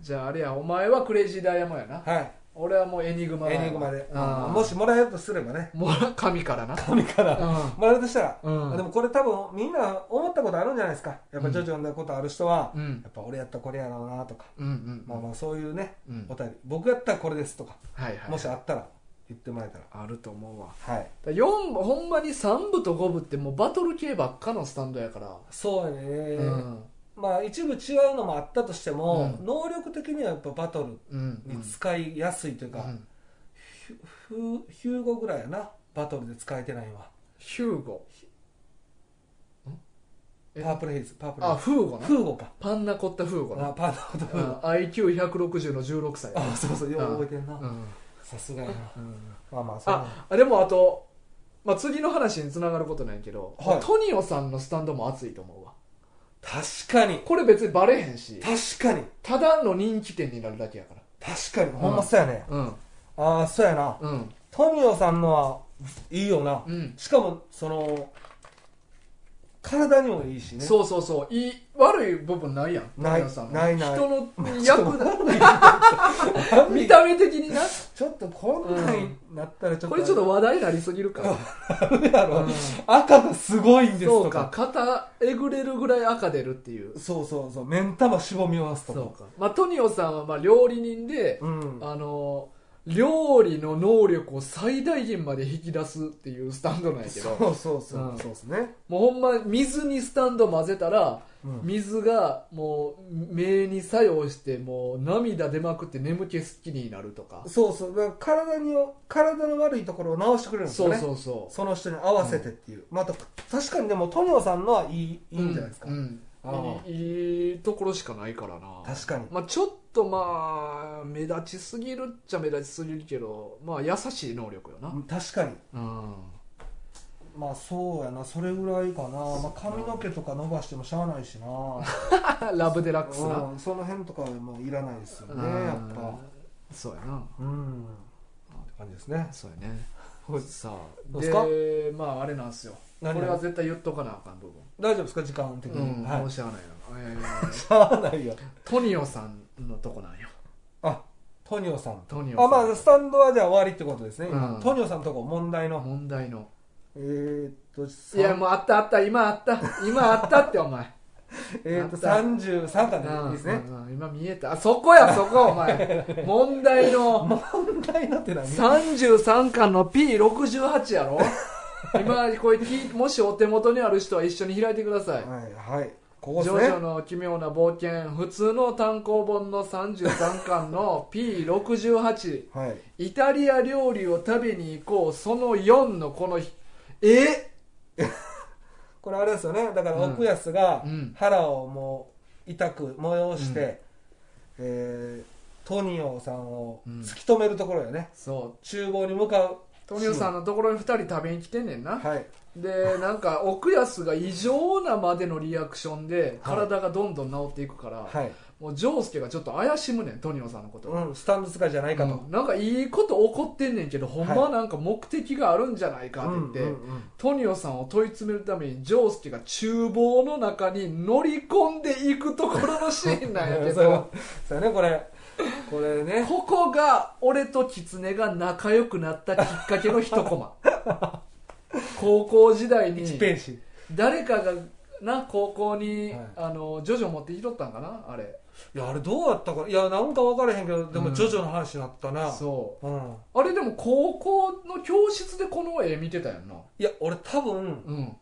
[SPEAKER 2] じゃああれやお前はクレイジーダイヤモンやな
[SPEAKER 1] はい
[SPEAKER 2] 俺はもうエニグマ
[SPEAKER 1] エニグマで
[SPEAKER 2] あ
[SPEAKER 1] もしもらえるとすればね
[SPEAKER 2] もう神からな
[SPEAKER 1] 神から
[SPEAKER 2] う
[SPEAKER 1] もらえるとしたら、
[SPEAKER 2] うん
[SPEAKER 1] あでもこれ多分みんな思ったことあるんじゃないですかやっぱジョジョ読んだことある人は、
[SPEAKER 2] んうん
[SPEAKER 1] やっぱ俺やったらこれやろうなとか、
[SPEAKER 2] うんうん
[SPEAKER 1] まあまあそういうね、
[SPEAKER 2] うん
[SPEAKER 1] お便り僕やったらこれですとか、
[SPEAKER 2] はいはい
[SPEAKER 1] もしあったら言ってもらえたら
[SPEAKER 2] あると思うわ
[SPEAKER 1] はい
[SPEAKER 2] だ4ほんまに3部と5部ってもうバトル系ばっかのスタンドやから、
[SPEAKER 1] そうやね、
[SPEAKER 2] うん
[SPEAKER 1] まあ一部違うのもあったとしても、
[SPEAKER 2] うん
[SPEAKER 1] 能力的にはやっぱバトル
[SPEAKER 2] うん
[SPEAKER 1] に使いやすいというか、
[SPEAKER 2] うん
[SPEAKER 1] ヒュヒューゴぐらいやなバトルで使えてないのは
[SPEAKER 2] ヒューゴえ
[SPEAKER 1] パープルヘイズパープルヘ
[SPEAKER 2] あ
[SPEAKER 1] イズ
[SPEAKER 2] フーゴな
[SPEAKER 1] フーゴか
[SPEAKER 2] パンナコッタフーゴな
[SPEAKER 1] あパートとフーゴ
[SPEAKER 2] IQ160 の16歳
[SPEAKER 1] あそうそうよう覚えてん
[SPEAKER 2] う
[SPEAKER 1] なんさすがやな
[SPEAKER 2] うん
[SPEAKER 1] まあまあそう
[SPEAKER 2] ああでもあと、まあ、次の話につながることなんやけど、
[SPEAKER 1] はい
[SPEAKER 2] トニオさんのスタンドも熱いと思うわ
[SPEAKER 1] 確かに
[SPEAKER 2] これ別にバレへんし
[SPEAKER 1] 確かに
[SPEAKER 2] ただの人気店になるだけやか
[SPEAKER 1] 確かにほんまそうやね、
[SPEAKER 2] らうん
[SPEAKER 1] ああそうやな
[SPEAKER 2] うん
[SPEAKER 1] トミオさんのはいいよな、
[SPEAKER 2] うん
[SPEAKER 1] しかもその体にもいいしね
[SPEAKER 2] そうそうそういい悪い部分ないやん
[SPEAKER 1] ない
[SPEAKER 2] トニオさん
[SPEAKER 1] ないない
[SPEAKER 2] 人の
[SPEAKER 1] ちょっと
[SPEAKER 2] 役だ見た目的 にな
[SPEAKER 1] ちょっとこんなになったらちょっと、
[SPEAKER 2] これちょっと話題になりすぎるから
[SPEAKER 1] やろ、
[SPEAKER 2] うん
[SPEAKER 1] 赤がすごいんです
[SPEAKER 2] そ
[SPEAKER 1] と
[SPEAKER 2] うか
[SPEAKER 1] か
[SPEAKER 2] 肩えぐれるぐらい赤出るっていう
[SPEAKER 1] そうそうそう目ん玉しぼみますとか
[SPEAKER 2] そうか、まあ、トニオさんはまあ料理人で、
[SPEAKER 1] うん
[SPEAKER 2] あの料理の能力を最大限まで引き出すっていうスタンドなんやけ
[SPEAKER 1] そ
[SPEAKER 2] ど
[SPEAKER 1] うそうそう、
[SPEAKER 2] うん
[SPEAKER 1] そうですね、
[SPEAKER 2] もうほんま水にスタンド混ぜたら
[SPEAKER 1] うん
[SPEAKER 2] 水がもう目に作用してもう涙出まくって眠気すっきりになるとか
[SPEAKER 1] そうそうだから体に体の悪いところを直してくれるんです
[SPEAKER 2] そ
[SPEAKER 1] よ
[SPEAKER 2] う
[SPEAKER 1] ね
[SPEAKER 2] そうそう
[SPEAKER 1] その人に合わせてっていう、まあ、た確かにでもトニオさんのはいいいいんじゃないですか、
[SPEAKER 2] うん
[SPEAKER 1] ああ
[SPEAKER 2] いいいいところしかないからな
[SPEAKER 1] 確かに
[SPEAKER 2] まあ、ちょっとまあ目立ちすぎるっちゃ目立ちすぎるけどまあ優しい能力よな
[SPEAKER 1] 確かに
[SPEAKER 2] うん
[SPEAKER 1] まあそうやなそれぐらいかな、まあ、髪の毛とか伸ばしてもしゃあないしな、
[SPEAKER 2] ラブデラックスな
[SPEAKER 1] うんその辺とかはもういらないですよね
[SPEAKER 2] うん
[SPEAKER 1] やっぱ
[SPEAKER 2] そうやな
[SPEAKER 1] うんって感じですね
[SPEAKER 2] そうやねさ
[SPEAKER 1] どう
[SPEAKER 2] あ
[SPEAKER 1] ですか
[SPEAKER 2] でまああれなんですよこ
[SPEAKER 1] 何
[SPEAKER 2] れは絶対言っとかなあかん部分
[SPEAKER 1] 大丈夫ですか時間的
[SPEAKER 2] う
[SPEAKER 1] に、
[SPEAKER 2] ん、
[SPEAKER 1] はい
[SPEAKER 2] 申し訳ないな、えー
[SPEAKER 1] しゃあないよ
[SPEAKER 2] トニオさんのとこなんよ
[SPEAKER 1] あトニオさん
[SPEAKER 2] トニオさん
[SPEAKER 1] あまあスタンドはじゃあ終わりってことですね、
[SPEAKER 2] うん
[SPEAKER 1] トニオさんのとこ問題の
[SPEAKER 2] 問題の
[SPEAKER 1] えー、っと
[SPEAKER 2] いやもうあったあった今あった今あったってお前
[SPEAKER 1] えー、っと
[SPEAKER 2] あった
[SPEAKER 1] 33巻で いいですね、
[SPEAKER 2] うんうん今見えたあそこやそこお 前問題の
[SPEAKER 1] 問題のって何
[SPEAKER 2] 33巻の P68 やろ今これきもしお手元にある人は一緒に開いてください
[SPEAKER 1] はいはいこ
[SPEAKER 2] 「
[SPEAKER 1] こ
[SPEAKER 2] ジ
[SPEAKER 1] で
[SPEAKER 2] ョジョ
[SPEAKER 1] すね
[SPEAKER 2] の奇妙な冒険」普通の単行本の33巻の P68
[SPEAKER 1] はい
[SPEAKER 2] イタリア料理を食べに行こうその4のこの日え
[SPEAKER 1] これあれですよねだから
[SPEAKER 2] うん
[SPEAKER 1] 奥安が
[SPEAKER 2] うん
[SPEAKER 1] 腹をもう痛く催して、えートニオさんを突き止めるところよね、
[SPEAKER 2] そ
[SPEAKER 1] 厨房に向かう
[SPEAKER 2] トニオさんのところに2人食べに来てんねんな
[SPEAKER 3] はい
[SPEAKER 2] でなんか奥安が異常なまでのリアクションで
[SPEAKER 1] はい
[SPEAKER 2] 体がどんどん治っていくから、
[SPEAKER 3] はい
[SPEAKER 2] もうジョースケがちょっと怪しむねんトニオさんのこと、
[SPEAKER 3] うんスタンド使いじゃないかと、
[SPEAKER 2] うんなんかいいこと起こってんねんけどほんまはなんか目的があるんじゃないかって言って、
[SPEAKER 3] うんうんうん
[SPEAKER 2] トニオさんを問い詰めるためにジョースケが厨房の中に乗り込んでいくところのシーンな んやけ
[SPEAKER 1] そう
[SPEAKER 2] ど
[SPEAKER 1] よそうよねこれこれね
[SPEAKER 2] ここが俺と狐が仲良くなったきっかけの一コマ 高校時代に
[SPEAKER 1] 1ページ
[SPEAKER 2] 誰かがな高校に、
[SPEAKER 1] はい
[SPEAKER 2] あのジョジョ持ってきとったんかなあれ
[SPEAKER 1] いやあれどうやったかいやなんか分からへんけどで
[SPEAKER 2] う
[SPEAKER 1] も
[SPEAKER 2] ん
[SPEAKER 1] ジョジョの話になったな
[SPEAKER 2] そう
[SPEAKER 1] うん
[SPEAKER 2] あれでも高校の教室でこの絵見てたやんない
[SPEAKER 1] や俺多分
[SPEAKER 2] うん
[SPEAKER 1] い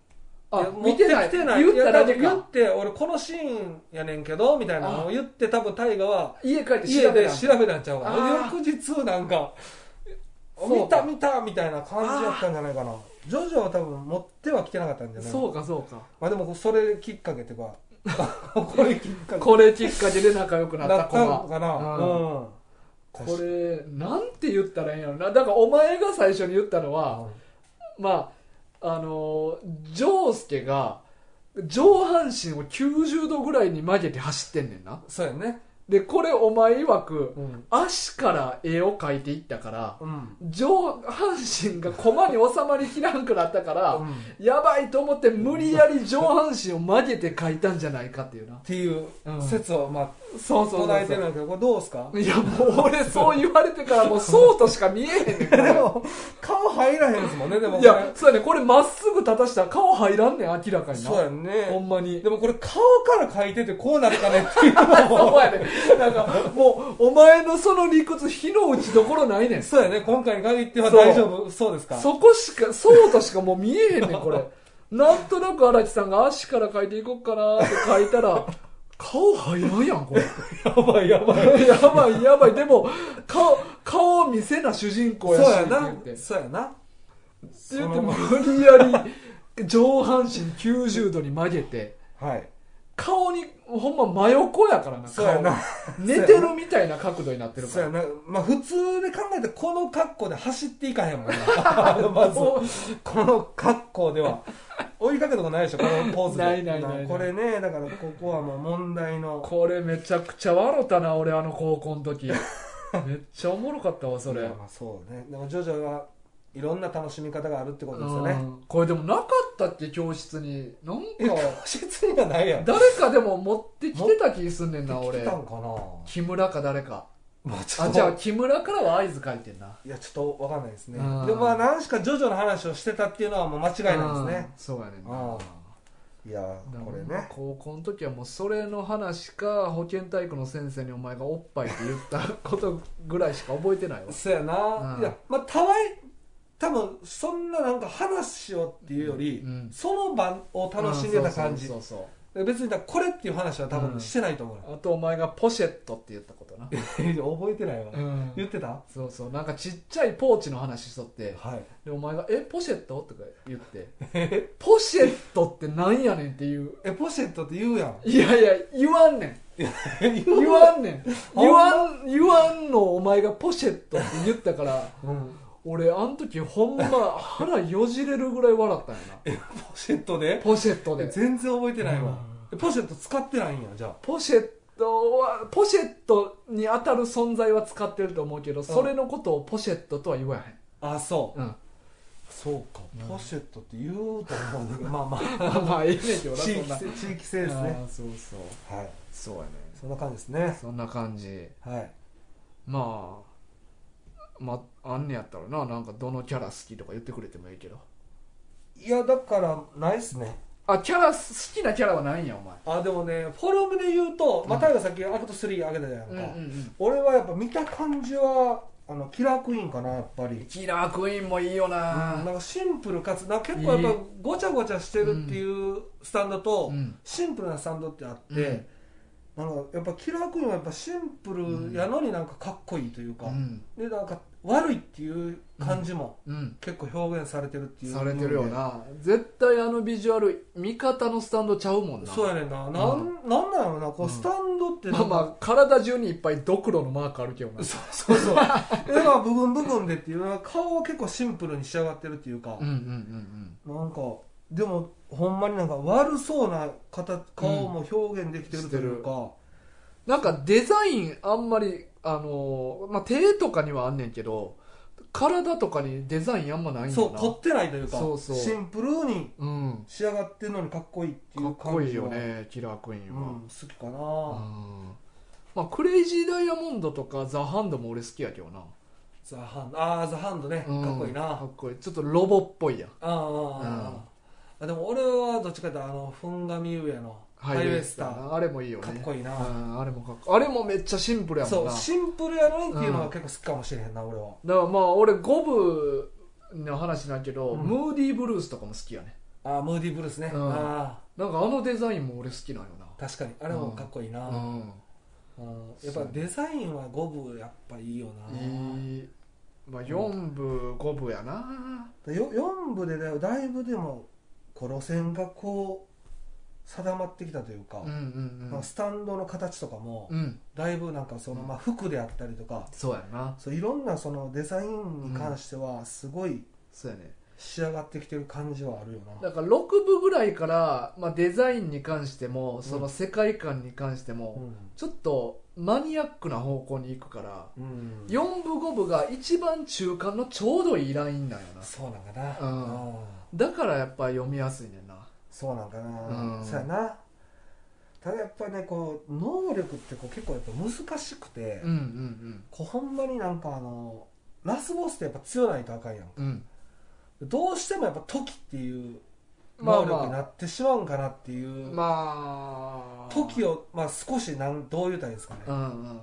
[SPEAKER 2] あ
[SPEAKER 1] や持
[SPEAKER 2] 見
[SPEAKER 1] って
[SPEAKER 2] てない
[SPEAKER 1] きてない
[SPEAKER 2] 言っただけ
[SPEAKER 1] いや多分言
[SPEAKER 2] か
[SPEAKER 1] って俺このシーンやねんけどみたいなのを言って多分大河は
[SPEAKER 2] 家帰って
[SPEAKER 1] 家
[SPEAKER 2] 調べ
[SPEAKER 1] で
[SPEAKER 2] た
[SPEAKER 1] 調べなっちゃうか
[SPEAKER 2] あ
[SPEAKER 1] ら
[SPEAKER 2] ー
[SPEAKER 1] 翌日なんか
[SPEAKER 2] そう
[SPEAKER 1] 見た
[SPEAKER 2] か
[SPEAKER 1] 見たみたいな感じだったんじゃないかなジョジョは多分持っては来てなかったんじゃない
[SPEAKER 2] そうかそうか
[SPEAKER 1] まあでもそれきっかけっていうかこれきっかけ
[SPEAKER 2] これきっかけで仲良くなっ
[SPEAKER 1] だ
[SPEAKER 2] た
[SPEAKER 1] っ
[SPEAKER 2] 子
[SPEAKER 1] たの
[SPEAKER 2] が
[SPEAKER 1] かな
[SPEAKER 2] うん
[SPEAKER 1] うん
[SPEAKER 2] これなんて言ったらええんやろなだからお前が最初に言ったのは、まああのージョースケが上半身を90度ぐらいに曲げて走ってんねんな
[SPEAKER 1] そうやね
[SPEAKER 2] でこれお前曰く
[SPEAKER 1] うん
[SPEAKER 2] 足から絵を描いていったから
[SPEAKER 1] うん
[SPEAKER 2] 上半身が駒に収まりきらんくなったから、
[SPEAKER 1] うんっ
[SPEAKER 2] やばいと思って無理やり上半身を曲げて描いたんじゃないかっていうな
[SPEAKER 1] ていう
[SPEAKER 2] うん
[SPEAKER 1] 説をまあ
[SPEAKER 2] そうそうそう
[SPEAKER 1] 唱えてる
[SPEAKER 2] そ
[SPEAKER 1] ん
[SPEAKER 2] う
[SPEAKER 1] だけどこれどうすか
[SPEAKER 2] いやもう俺そう言われてからもうそうとしか見えへんねんこれ
[SPEAKER 1] 顔入らへんですもんねでも
[SPEAKER 2] い
[SPEAKER 1] これ
[SPEAKER 2] やそうやねこれまっすぐ立たしたら顔入らんねん明らかにな
[SPEAKER 1] そうやんね
[SPEAKER 2] ほんまに
[SPEAKER 1] でもこれ顔から描いててこうなるかねっていうのも
[SPEAKER 2] そうやねなんかもうお前のその理屈火の打ちどころないねん
[SPEAKER 1] そうやね今回に限っては大丈夫そうですか
[SPEAKER 2] そこしかそうとしかもう見えへんねんこれなんとなく荒木さんが足から描いていこうかなって描いたら顔入らんやんこれ
[SPEAKER 1] やばいやばい
[SPEAKER 2] やばいやばいでも顔顔を見せな主人公
[SPEAKER 1] そう
[SPEAKER 2] やし
[SPEAKER 1] や
[SPEAKER 2] って言
[SPEAKER 1] な
[SPEAKER 2] って
[SPEAKER 1] そうやな
[SPEAKER 2] って言って無理やり上半身90度に曲げて
[SPEAKER 3] はい
[SPEAKER 2] 顔にほんま真横やからな
[SPEAKER 1] そうや
[SPEAKER 2] 顔
[SPEAKER 1] な
[SPEAKER 2] 寝てるみたいな角度になってる
[SPEAKER 1] そ
[SPEAKER 2] か
[SPEAKER 1] うや
[SPEAKER 2] ら
[SPEAKER 1] なまあ普通で考えてこの格好で走っていかへんもん なまず
[SPEAKER 2] そう
[SPEAKER 1] この格好では追いかけたことないでしょこのポーズで
[SPEAKER 2] ないないないない
[SPEAKER 1] これねだからここはもう問題の
[SPEAKER 2] これめちゃくちゃ笑ったな俺あの高校の 時めっちゃおもろかったわそ
[SPEAKER 1] い
[SPEAKER 2] れ
[SPEAKER 1] やまあそうねでもジョジョはいろんな楽しみ方があるってことですよ
[SPEAKER 2] う
[SPEAKER 1] ね
[SPEAKER 2] んこれでもなかったっけ教室になん
[SPEAKER 1] え
[SPEAKER 2] か
[SPEAKER 1] 教室にはないやん
[SPEAKER 2] 誰かでも持ってきてた気すんねんな
[SPEAKER 1] 来
[SPEAKER 2] 俺
[SPEAKER 1] たんかなも
[SPEAKER 2] 木村か誰か
[SPEAKER 1] うちょっ
[SPEAKER 2] あ
[SPEAKER 1] と
[SPEAKER 2] じゃあ木村からは合図書いてんない
[SPEAKER 1] やちょっとわかんないですね
[SPEAKER 2] うん
[SPEAKER 1] でもまあ何しかジョジョの話をしてたっていうのはもう間違いないですね
[SPEAKER 2] うんそうやねんな
[SPEAKER 1] あいやーこれ
[SPEAKER 2] だから
[SPEAKER 1] ね
[SPEAKER 2] 高校の時はもうそれの話か保健体育の先生にお前がおっぱいって言ったことぐらいしか覚えてないわ
[SPEAKER 1] そうやな、
[SPEAKER 2] うん
[SPEAKER 1] いやまあたわい多分そんななんか話しようっていうより、
[SPEAKER 2] うん
[SPEAKER 1] その場を楽しんでた感じ、
[SPEAKER 2] そうそうそう
[SPEAKER 1] 別にだからこれっていう話は多
[SPEAKER 2] うん
[SPEAKER 1] 分してないと 思う、
[SPEAKER 2] そうあとお前がポシェットって言ったことな、
[SPEAKER 1] 覚えてないわ、
[SPEAKER 2] うん
[SPEAKER 1] 言ってた
[SPEAKER 2] そうそうなんかちっちゃいポーチの話しとって
[SPEAKER 1] はい
[SPEAKER 2] でお前が「えポシェット?」とか言 って「ポシェットってなんやねん」っていう
[SPEAKER 1] えポシェットって言うやん
[SPEAKER 2] いやいや言わんねん
[SPEAKER 1] 言
[SPEAKER 2] 言わん ねん
[SPEAKER 1] ほんま
[SPEAKER 2] 言わん言わんのお前がポシェットって言ったから
[SPEAKER 1] う、ん、
[SPEAKER 2] 俺あの時ほんま腹よじれるぐらい笑ったんやな
[SPEAKER 1] ポシェットで
[SPEAKER 2] ポシェットで
[SPEAKER 1] 全然覚えてないわ、えポシェット使ってないんやじゃあ
[SPEAKER 2] ポシェットはポシェットに当たる存在は使ってると思うけどそれのことをポシェットとは言わへ、
[SPEAKER 1] あそうん
[SPEAKER 2] うん、
[SPEAKER 1] そうか
[SPEAKER 2] うん
[SPEAKER 1] ポシェットって言うと思うんだけど まあまあ
[SPEAKER 2] まあええねんけどな
[SPEAKER 1] 地
[SPEAKER 2] そん
[SPEAKER 1] 域
[SPEAKER 2] な
[SPEAKER 1] 性地域性ですね
[SPEAKER 2] あーそうそう
[SPEAKER 1] はい
[SPEAKER 2] そうやね
[SPEAKER 1] そんな感じですね
[SPEAKER 2] そんな感じ
[SPEAKER 1] はい
[SPEAKER 2] まあまああんねやったらななんかどのキャラ好きとか言ってくれてもいいけど
[SPEAKER 1] いやだからないっすね
[SPEAKER 2] あキャラ好きなキャラはないんやお前
[SPEAKER 1] あでもねフォルムで言うとまあ大河さっきアクト3上げたじゃないか、
[SPEAKER 2] ん
[SPEAKER 1] 俺はやっぱ見た感じはあのキラークイーンかなやっぱり
[SPEAKER 2] キラークイーンもいいよ
[SPEAKER 1] うん
[SPEAKER 2] な
[SPEAKER 1] なんかシンプルかつなんか結構やっぱごちゃごちゃしてるっていうスタンドと、
[SPEAKER 2] うん
[SPEAKER 1] シンプルなスタンドってあって、なんかやっぱキラークイーンはやっぱシンプルやのになんかかっこいいというか、
[SPEAKER 2] うん
[SPEAKER 1] でなんか悪いっていう感じも
[SPEAKER 2] うん
[SPEAKER 1] 結構表現されてるっていう
[SPEAKER 2] されてるよな絶対あのビジュアル味方のスタンドちゃうもんな
[SPEAKER 1] そうやねんななん、なんなんやろなこうスタンドってなん
[SPEAKER 2] まあ
[SPEAKER 1] か
[SPEAKER 2] まあ体中にいっぱいドクロのマークあるけどな
[SPEAKER 1] そうそう そう絵が部分部分でっていうのは顔は結構シンプルに仕上がってるっていうか、
[SPEAKER 2] うんうんうん
[SPEAKER 1] なんかでもほんまになんか悪そうな方顔も表現できてるというか、
[SPEAKER 2] うんなんかデザインあんまりあのーまあ手とかにはあんねんけど体とかにデザインあんまないんだ
[SPEAKER 1] そう
[SPEAKER 2] な
[SPEAKER 1] 凝ってないというか
[SPEAKER 2] そうそう
[SPEAKER 1] シンプルに
[SPEAKER 2] うん
[SPEAKER 1] 仕上がってるのにかっこいいってい
[SPEAKER 2] か
[SPEAKER 1] う
[SPEAKER 2] っこ
[SPEAKER 1] 感
[SPEAKER 2] いい
[SPEAKER 1] じ
[SPEAKER 2] よ
[SPEAKER 1] は
[SPEAKER 2] ねキラークイー
[SPEAKER 1] うん
[SPEAKER 2] ンは、、
[SPEAKER 1] 好きかな
[SPEAKER 2] まあ、クレイジーダイヤモンドとかザ・ハンドも俺好きやけどな、
[SPEAKER 1] ザ・ハンドああザ・ハンドね
[SPEAKER 2] うん
[SPEAKER 1] かっこいいな、あ
[SPEAKER 2] かっこいいちょっとロボっぽいやん
[SPEAKER 1] あああでも俺はどっちかっていうとあのフンガミウエのハイウェイスター
[SPEAKER 2] なあれもいいよね
[SPEAKER 1] かっこいいな、
[SPEAKER 2] うんあれもかっこあれもめっちゃシンプルやも
[SPEAKER 1] そ
[SPEAKER 2] んな
[SPEAKER 1] うシンプルやのにっていうのが結構好きかもしれへんな、俺は
[SPEAKER 2] だからまあ俺五部の話なんやけど、
[SPEAKER 1] うん
[SPEAKER 2] ムーディーブルースとかも好きやね
[SPEAKER 1] ああムーディーブルースね、
[SPEAKER 2] うん
[SPEAKER 1] あ
[SPEAKER 2] なんかあのデザインも俺好きなんよ
[SPEAKER 1] あ確かにあれもかっこいいな、
[SPEAKER 2] な
[SPEAKER 1] うんやっぱデザインは五部やっぱいいよ
[SPEAKER 2] う
[SPEAKER 1] な、
[SPEAKER 2] んいいまあ4部5部やな
[SPEAKER 1] よ4部でだよだいぶでもこう路線がこう定まってきたというか、
[SPEAKER 2] うんうん
[SPEAKER 1] まあスタンドの形とかも
[SPEAKER 2] うんうん
[SPEAKER 1] だいぶなんかその、まあ、服であったりとか、
[SPEAKER 2] そうやな
[SPEAKER 1] そういろんなそのデザインに関してはすごい
[SPEAKER 2] そうやね
[SPEAKER 1] 仕上がってきてる感じはあるよな、
[SPEAKER 2] だから6部ぐらいから、まあ、デザインに関してもその世界観に関しても、ちょっとマニアックな方向に行くから、
[SPEAKER 1] うん、うん
[SPEAKER 2] 4部5部が一番中間のちょうどいいラインなんよな
[SPEAKER 1] そうなんかな、
[SPEAKER 2] うん
[SPEAKER 1] うん
[SPEAKER 2] だからやっぱ読みやすいねんな
[SPEAKER 1] そうなんかな、
[SPEAKER 2] うん
[SPEAKER 1] そうやなただやっぱねこう能力ってこう結構やっぱ難しくて、
[SPEAKER 2] うんうん
[SPEAKER 1] こうほんまになんかあのラスボスってやっぱ強ないとあかんやん
[SPEAKER 2] うんうん
[SPEAKER 1] どうしてもやっぱ時っていう
[SPEAKER 2] まあ
[SPEAKER 1] 能
[SPEAKER 2] まあ
[SPEAKER 1] 力になってしまうんかなっていう、
[SPEAKER 2] まあ
[SPEAKER 1] 時を、まあ、少しなんどう言うたらいいんですかね、
[SPEAKER 2] うんうん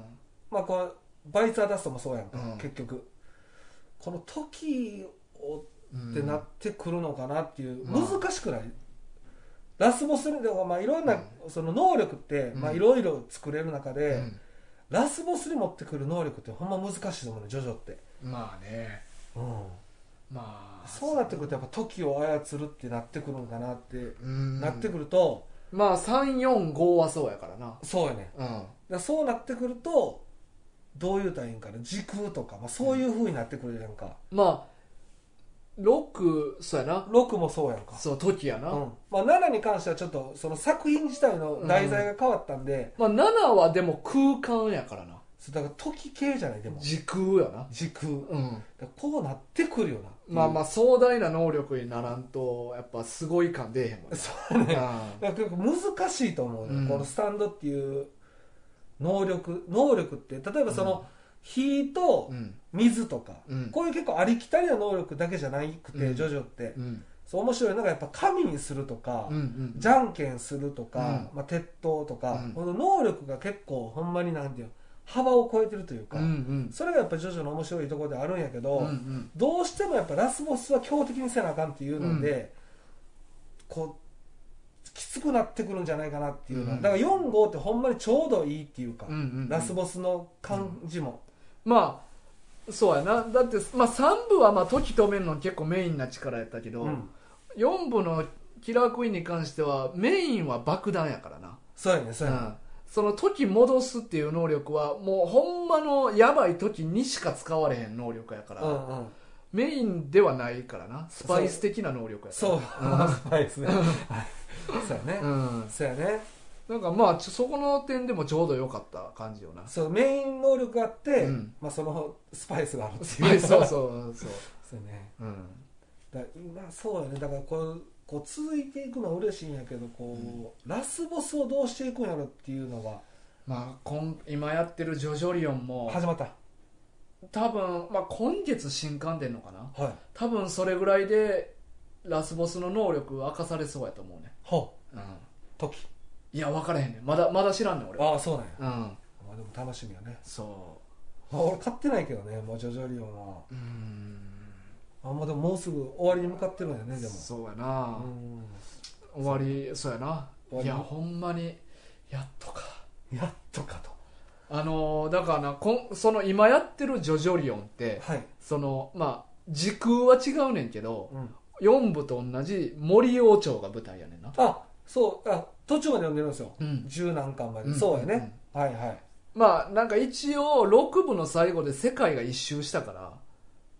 [SPEAKER 1] まあこうバイツアダストもそうやんか、
[SPEAKER 2] うん
[SPEAKER 1] 結局この時を
[SPEAKER 2] うん
[SPEAKER 1] ってなってくるのかなっていう、
[SPEAKER 2] まあ
[SPEAKER 1] 難しくないラスボスにでもまあいろんな、その能力って、
[SPEAKER 2] うん
[SPEAKER 1] まあいろいろ作れる中
[SPEAKER 2] う
[SPEAKER 1] で、
[SPEAKER 2] ん
[SPEAKER 1] ラスボスに持ってくる能力ってほんま難しいと思うねジョジョって、
[SPEAKER 2] まあね
[SPEAKER 1] うん、
[SPEAKER 2] まあ
[SPEAKER 1] そうなってくるとやっぱ時を操るってなってくるのかなって、
[SPEAKER 2] うん
[SPEAKER 1] なってくると
[SPEAKER 2] まあ345はそうやからな
[SPEAKER 1] そうやね
[SPEAKER 2] うん
[SPEAKER 1] だからそうなってくるとどう言うたらいいんかな時空とか、まあ、そういうふうになってくるやんか、
[SPEAKER 2] まあ6そうやな
[SPEAKER 1] 6もそうやんか
[SPEAKER 2] そう時やな、
[SPEAKER 1] うんまあ、7に関してはちょっとその作品自体の題材が変わったんで、
[SPEAKER 2] まあ7はでも空間やからな
[SPEAKER 1] そうだから時系じゃないでも
[SPEAKER 2] 時空やな
[SPEAKER 1] 時空だか
[SPEAKER 2] うん
[SPEAKER 1] らこうなってくるよな
[SPEAKER 2] まあま
[SPEAKER 1] あ
[SPEAKER 2] あ壮大な能力にならんとやっぱすごい感出えへんもんね
[SPEAKER 1] そうねだか
[SPEAKER 2] あ
[SPEAKER 1] ら結構難しいと思うね、
[SPEAKER 2] うん
[SPEAKER 1] このスタンドっていう能力能力って例えばその、火
[SPEAKER 2] あ
[SPEAKER 1] と
[SPEAKER 2] うん
[SPEAKER 1] 水とか、
[SPEAKER 2] うん
[SPEAKER 1] こういう結構ありきたりな能力だけじゃなくて、
[SPEAKER 2] うん
[SPEAKER 1] ジョジョって、
[SPEAKER 2] うん
[SPEAKER 1] そう面白いのがやっぱ神にするとか、
[SPEAKER 2] うんうん
[SPEAKER 1] じゃんけんするとか、まあ、鉄塔とか、
[SPEAKER 2] うん
[SPEAKER 1] この能力が結構ほんまになんていうの幅を超えてるというか、
[SPEAKER 2] うんうん
[SPEAKER 1] それがやっぱジョジョの面白いところであるんやけど、
[SPEAKER 2] うんうん
[SPEAKER 1] どうしてもやっぱラスボスは強敵にせなあかんっていうので、こうきつくなってくるんじゃないかなっていうのは、
[SPEAKER 2] うん
[SPEAKER 1] だから4号ってほんまにちょうどいいっていうか、
[SPEAKER 2] うんうんうん
[SPEAKER 1] ラスボスの感じも、
[SPEAKER 2] まあそうやなだって、まあ、3部はまあ時止めるの結構メインな力やったけど、
[SPEAKER 1] うん
[SPEAKER 2] 4部のキラークイーンに関してはメインは爆弾やからな、
[SPEAKER 1] そうやねそう
[SPEAKER 2] う
[SPEAKER 1] やね、
[SPEAKER 2] ん、その時戻すっていう能力はもうほんまのやばい時にしか使われへん能力やから、
[SPEAKER 1] うんうん
[SPEAKER 2] メインではないからなスパイス的な能力やから
[SPEAKER 1] そう、スパイスねはいそうやね、
[SPEAKER 2] うん、
[SPEAKER 1] そうやね
[SPEAKER 2] なんかまあちょそこの点でもちょうど良かった感じよな
[SPEAKER 1] そうメイン能力があって、
[SPEAKER 2] うん
[SPEAKER 1] まあ、そのスパイスがあるっていう
[SPEAKER 2] スパイスそうそうそう
[SPEAKER 1] そうやね
[SPEAKER 2] うん
[SPEAKER 1] だから今そうやねだからこうこう続いていくのは嬉しいんやけどこう、ラスボスをどうしていくんやろっていうのが
[SPEAKER 2] まあ今今やってる「ジョジョリオンも」
[SPEAKER 1] 始まった
[SPEAKER 2] 多分、まあ、今月新刊出んのかな
[SPEAKER 1] はい
[SPEAKER 2] 多分それぐらいでラスボスの能力明かされそうやと思うね、
[SPEAKER 1] ほ
[SPEAKER 2] うん、
[SPEAKER 1] う時
[SPEAKER 2] いや分からへんねまだまだ知らんねん俺は
[SPEAKER 1] ああそうなんや、
[SPEAKER 2] うん
[SPEAKER 1] まあ、でも楽しみやね、
[SPEAKER 2] そ
[SPEAKER 1] まあ、俺買ってないけどねもうジョジョリオンは
[SPEAKER 2] ううん
[SPEAKER 1] あんまあでももうすぐ終わりに向かってるんやねでも
[SPEAKER 2] そうやな、
[SPEAKER 1] うん
[SPEAKER 2] 終わりそうやな
[SPEAKER 1] 終わ
[SPEAKER 2] い
[SPEAKER 1] り
[SPEAKER 2] やほんまにやっとか
[SPEAKER 1] やっとかと
[SPEAKER 2] あのーだからなこんその今やってる「ジョジョリオン」って
[SPEAKER 1] はい、
[SPEAKER 2] そのまあ時空は違うねんけど
[SPEAKER 1] うん、
[SPEAKER 2] 4部と同じ森王朝が舞台やねんな
[SPEAKER 1] あそうあ途中まで読んでるんですよ
[SPEAKER 2] うん
[SPEAKER 1] 十、何巻まで、
[SPEAKER 2] うん
[SPEAKER 1] そうやね、はいはい
[SPEAKER 2] まあなんか一応6部の最後で世界が一周したから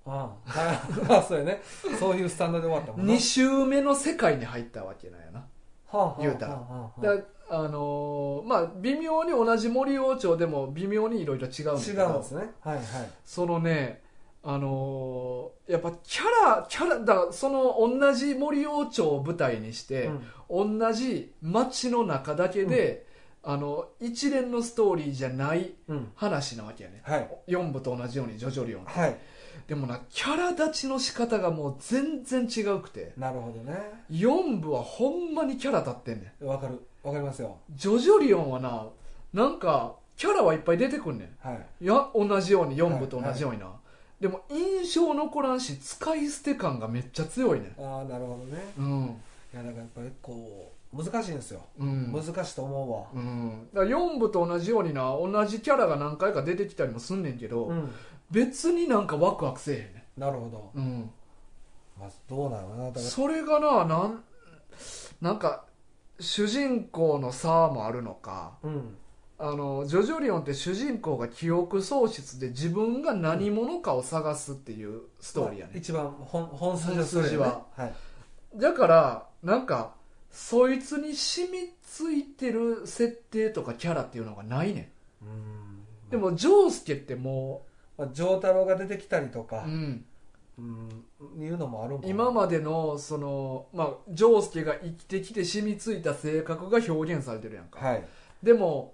[SPEAKER 1] ああはい あそうやねそういうスタンドで終わったもんな
[SPEAKER 2] 2周目の世界に入ったわけなんやな
[SPEAKER 1] はあはあ
[SPEAKER 2] 言うたら
[SPEAKER 1] はあはあ
[SPEAKER 2] だあのーまあ微妙に同じ森王朝でも微妙にいろいろ違うんだけ
[SPEAKER 1] 違
[SPEAKER 2] ど
[SPEAKER 1] うんですねはいはい
[SPEAKER 2] そのねあのーやっぱキャラキャラだからその同じ森王朝を舞台にして、同じ街の中だけで、あの一連のストーリーじゃない
[SPEAKER 1] うん、うん、
[SPEAKER 2] 話なわけやね
[SPEAKER 1] はい
[SPEAKER 2] 4部と同じようにジョジョリオン
[SPEAKER 1] はい
[SPEAKER 2] でもなキャラ立ちの仕方がもう全然違うくて
[SPEAKER 1] なるほどね
[SPEAKER 2] 4部はほんまにキャラ立ってんね
[SPEAKER 1] わかるわかりますよ
[SPEAKER 2] んジョジョリオンはななんかキャラはいっぱい出てくんねん
[SPEAKER 1] はい
[SPEAKER 2] いや同じように4部と同じようにな、でも印象残らんし使い捨て感がめっちゃ強いね
[SPEAKER 1] ああなるほどね
[SPEAKER 2] うん
[SPEAKER 1] いやだからやっぱりこう難しいんですよ、
[SPEAKER 2] うん
[SPEAKER 1] 難しいと思うわ
[SPEAKER 2] うん、だから4部と同じようにな同じキャラが何回か出てきたりもすんねんけど、
[SPEAKER 1] うん、
[SPEAKER 2] 別になんかワクワクせえへんね
[SPEAKER 1] なるほど、
[SPEAKER 2] ん、うん、
[SPEAKER 1] まあ、どうなのかなだから
[SPEAKER 2] それがななんなんか主人公の差もあるのか
[SPEAKER 1] うん
[SPEAKER 2] あのジョジョリオンって主人公が記憶喪失で自分が何者かを探すっていうストーリーやね
[SPEAKER 1] まあ、一番本本筋はそれ
[SPEAKER 2] 本筋は
[SPEAKER 1] はい
[SPEAKER 2] だからなんかそいつに染みついてる設定とかキャラっていうのがないね
[SPEAKER 1] うん
[SPEAKER 2] んでもジョースケっても
[SPEAKER 1] まあ、丈太郎が出てきたりと
[SPEAKER 2] う、
[SPEAKER 1] か
[SPEAKER 2] う、ん、
[SPEAKER 1] うん、いうのもあるんかな
[SPEAKER 2] 今までのそのまあジョースケが生きてきて染みついた性格が表現されてるやんか、
[SPEAKER 1] はい
[SPEAKER 2] でも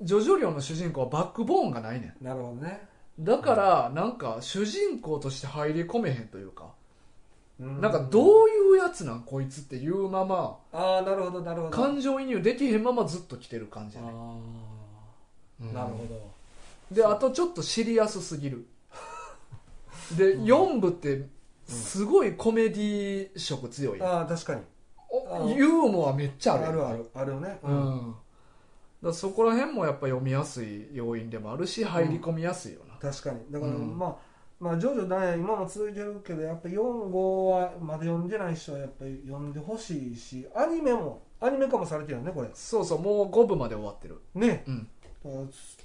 [SPEAKER 2] ジョジョリオンの主人公はバックボーンがないね
[SPEAKER 1] なるほどね、
[SPEAKER 2] んだからなんか主人公として入り込めへんというか、
[SPEAKER 1] う
[SPEAKER 2] なんかどういうやつなんこいつっていうまま
[SPEAKER 1] ああなるほどなるほど
[SPEAKER 2] 感情移入できへんままずっと来てる感じ
[SPEAKER 1] あ
[SPEAKER 2] やね
[SPEAKER 1] あ
[SPEAKER 2] うん
[SPEAKER 1] なるほど
[SPEAKER 2] であとちょっとシリアス すぎるで、4部ってすごいコメディ色強い、
[SPEAKER 1] ああ確かに
[SPEAKER 2] お
[SPEAKER 1] うん
[SPEAKER 2] ユーモアめっちゃある
[SPEAKER 1] あるあるあるね、
[SPEAKER 2] うん、だからそこら辺もやっぱ読みやすい要因でもあるし入り込みやすいよな、
[SPEAKER 1] 確かにだから、
[SPEAKER 2] うん
[SPEAKER 1] まあまあ徐々だね今も続いてるけどやっぱ4号はまだ読んでない人はやっぱり読んでほしいしアニメもアニメ化もされてるよねこれ
[SPEAKER 2] そうそうもう5部まで終わってる
[SPEAKER 1] ね、
[SPEAKER 2] うん
[SPEAKER 1] だから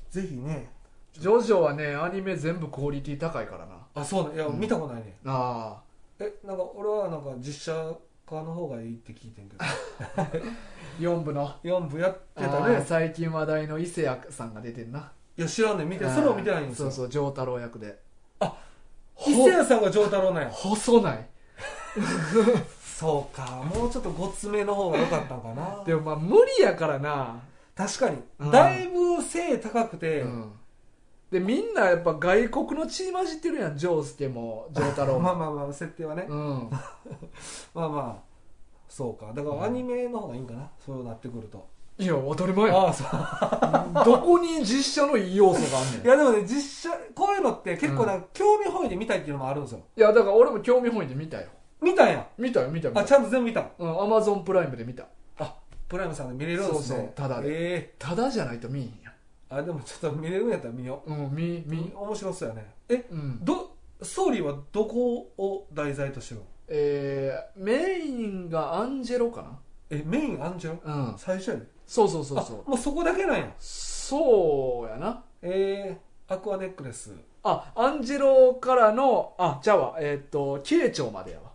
[SPEAKER 1] ぜひね
[SPEAKER 2] ジョジョはねアニメ全部クオリティ高いからな
[SPEAKER 1] あそうねいや、
[SPEAKER 2] うん
[SPEAKER 1] 見たことないね
[SPEAKER 2] あ
[SPEAKER 1] えなんか俺はなんか実写化の方がいいって聞いてんけど
[SPEAKER 2] あ4部の
[SPEAKER 1] 4部やってた
[SPEAKER 2] あー
[SPEAKER 1] ね
[SPEAKER 2] 最近話題の伊勢谷さんが出てんない
[SPEAKER 1] や知らんねん見てそれも見てないんですよ
[SPEAKER 2] そうそう丈太郎役で
[SPEAKER 1] あ
[SPEAKER 2] ほ
[SPEAKER 1] 伊勢谷さんが丈太郎なんや
[SPEAKER 2] 細ない
[SPEAKER 1] そうかもうちょっとごつめの方が良かったんかな
[SPEAKER 2] でもまあ無理やからな、
[SPEAKER 1] 確かに、
[SPEAKER 2] うん
[SPEAKER 1] だいぶ背高くて、
[SPEAKER 2] うんでみんなやっぱ外国の血混じってるやん丈介も丈太 郎
[SPEAKER 1] まあ
[SPEAKER 2] も、
[SPEAKER 1] まあまあ設定はね、
[SPEAKER 2] うん、
[SPEAKER 1] まあまあそうかだからアニメの方がいいんかな、そうなってくると
[SPEAKER 2] いや当たり前や
[SPEAKER 1] ああそう
[SPEAKER 2] うんどこに実写のいい要素があんねん
[SPEAKER 1] いやでもね実写こういうのって結構なんか興味本位で見たいっていうのもあるんですよ
[SPEAKER 2] いやだから俺も興味本位で見たよ
[SPEAKER 1] 見たんや
[SPEAKER 2] 見たよ見たよ見
[SPEAKER 1] あ
[SPEAKER 2] た
[SPEAKER 1] ちゃんと全部見た
[SPEAKER 2] うんアマゾンプライムで見た
[SPEAKER 1] あプライムさんで見れるんですね
[SPEAKER 2] そうそうタダで
[SPEAKER 1] え
[SPEAKER 2] ただじゃないと見えんや
[SPEAKER 1] えあでもちょっと見れるんやったら見よ
[SPEAKER 2] うん見
[SPEAKER 1] う
[SPEAKER 2] 見
[SPEAKER 1] 面白そうやねえ
[SPEAKER 2] うん
[SPEAKER 1] どストーリーはどこを題材としてるの
[SPEAKER 2] えー、メインがアンジェロか
[SPEAKER 1] えメインアンジェロ
[SPEAKER 2] なうん
[SPEAKER 1] 最初やね
[SPEAKER 2] そうそうそうそう
[SPEAKER 1] あもうそこだけなんや
[SPEAKER 2] そうやな
[SPEAKER 1] えー、アクアネックレス
[SPEAKER 2] あアンジェロからのあじゃあわえーっと慶長までやわ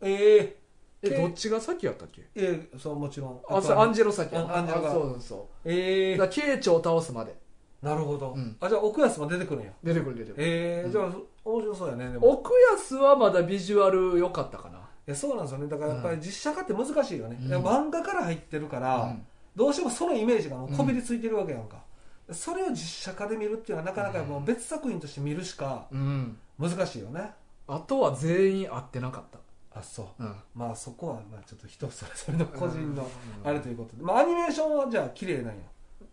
[SPEAKER 1] ええ
[SPEAKER 2] え
[SPEAKER 1] け
[SPEAKER 2] どっちが先やったっけ
[SPEAKER 1] ええそうもちろん
[SPEAKER 2] あ
[SPEAKER 1] あ
[SPEAKER 2] そう
[SPEAKER 1] と
[SPEAKER 2] ア
[SPEAKER 1] あ
[SPEAKER 2] ン
[SPEAKER 1] の
[SPEAKER 2] ジェロ先や
[SPEAKER 1] あアンジェロが
[SPEAKER 2] あそうそうそ
[SPEAKER 1] え
[SPEAKER 2] う
[SPEAKER 1] え
[SPEAKER 2] だから慶長を倒すまで
[SPEAKER 1] なるほど、
[SPEAKER 2] うん
[SPEAKER 1] あじゃあ奥安も出てくるんや
[SPEAKER 2] 出てくる出てくる
[SPEAKER 1] ええ
[SPEAKER 2] うん
[SPEAKER 1] じゃあ面白そうやねでも
[SPEAKER 2] 奥安はまだビジュアル良かったかない
[SPEAKER 1] やそうなんですよねだからやっぱり実写化って難しいよね、
[SPEAKER 2] うん
[SPEAKER 1] いや漫画から入ってるから、
[SPEAKER 2] うん
[SPEAKER 1] どうしてもそのイメージがもうこびりついてるわけやんか、それを実写化で見るっていうのはなかなかもう別作品として見るしか
[SPEAKER 2] うん
[SPEAKER 1] 難しいよね
[SPEAKER 2] あとは全員会ってなかっ
[SPEAKER 1] あそう
[SPEAKER 2] たうん
[SPEAKER 1] まあそこはまあちょっと人それぞれの個人の
[SPEAKER 2] うん
[SPEAKER 1] あれということで、まあ、アニメーションはじゃあ綺麗なんや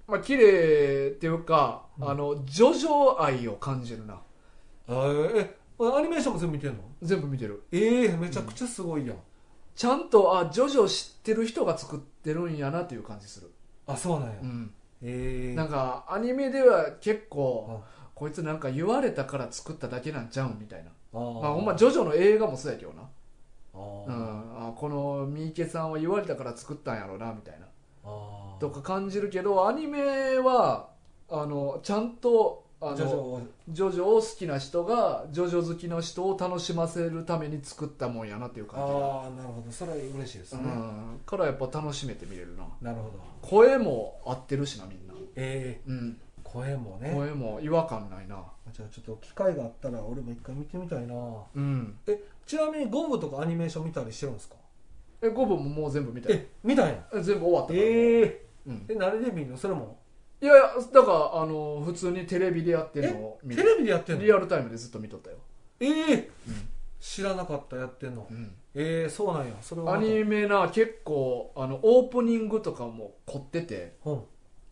[SPEAKER 2] まあ綺麗っていうか
[SPEAKER 1] うん
[SPEAKER 2] あのジョジョ愛を感じるな
[SPEAKER 1] あーえアニメーションも全部見てんの
[SPEAKER 2] 全部見てる
[SPEAKER 1] ええめちゃくちゃすごいやん、
[SPEAKER 2] ちゃんとあジョジョ知ってる人が作ってるんやなっていう感じする
[SPEAKER 1] あそうなんや、
[SPEAKER 2] うん
[SPEAKER 1] えー、
[SPEAKER 2] なんかアニメでは結構こいつなんか言われたから作っただけなんちゃうんみたいな
[SPEAKER 1] あー
[SPEAKER 2] まあほんまジョジョの映画もそうやけどな
[SPEAKER 1] あ
[SPEAKER 2] う
[SPEAKER 1] ー
[SPEAKER 2] ん、あこの三池さんは言われたから作ったんやろなみたいな
[SPEAKER 1] あー
[SPEAKER 2] とか感じるけどアニメはあのちゃんとあの
[SPEAKER 1] ジ
[SPEAKER 2] ジ
[SPEAKER 1] ョ
[SPEAKER 2] ョ
[SPEAKER 1] ジョ
[SPEAKER 2] ジ
[SPEAKER 1] を
[SPEAKER 2] ョを好きな人がジョジョ好きの人を楽しませるために作ったもんやなっていう感じが、
[SPEAKER 1] ああなるほどそれは嬉しいです
[SPEAKER 2] う
[SPEAKER 1] ね、
[SPEAKER 2] ん、からやっぱ楽しめて見れるな
[SPEAKER 1] なるほど
[SPEAKER 2] 声も合ってるしなみんな、
[SPEAKER 1] え
[SPEAKER 2] うん、
[SPEAKER 1] ー、声もね
[SPEAKER 2] 声も違和感ないな
[SPEAKER 1] じゃあちょっと機会があったら俺も一回見てみたいな
[SPEAKER 2] うん
[SPEAKER 1] えちなみにゴムとかアニメーション見たりしてるんですか
[SPEAKER 2] え5分ももう全部見たよ
[SPEAKER 1] え見たんや
[SPEAKER 2] 全部終わったから、
[SPEAKER 1] え
[SPEAKER 2] うん
[SPEAKER 1] ー、、え何で見るのそれも
[SPEAKER 2] いやいやだからあの普通にテレビでやってるのを見
[SPEAKER 1] テ
[SPEAKER 2] る
[SPEAKER 1] レビでやってんの
[SPEAKER 2] リアルタイムでずっと見とったよ、
[SPEAKER 1] えー
[SPEAKER 2] うん
[SPEAKER 1] 知らなかったやってんのえー、そうなんやそれは
[SPEAKER 2] アニメな結構あのオープニングとかも凝ってて
[SPEAKER 1] うん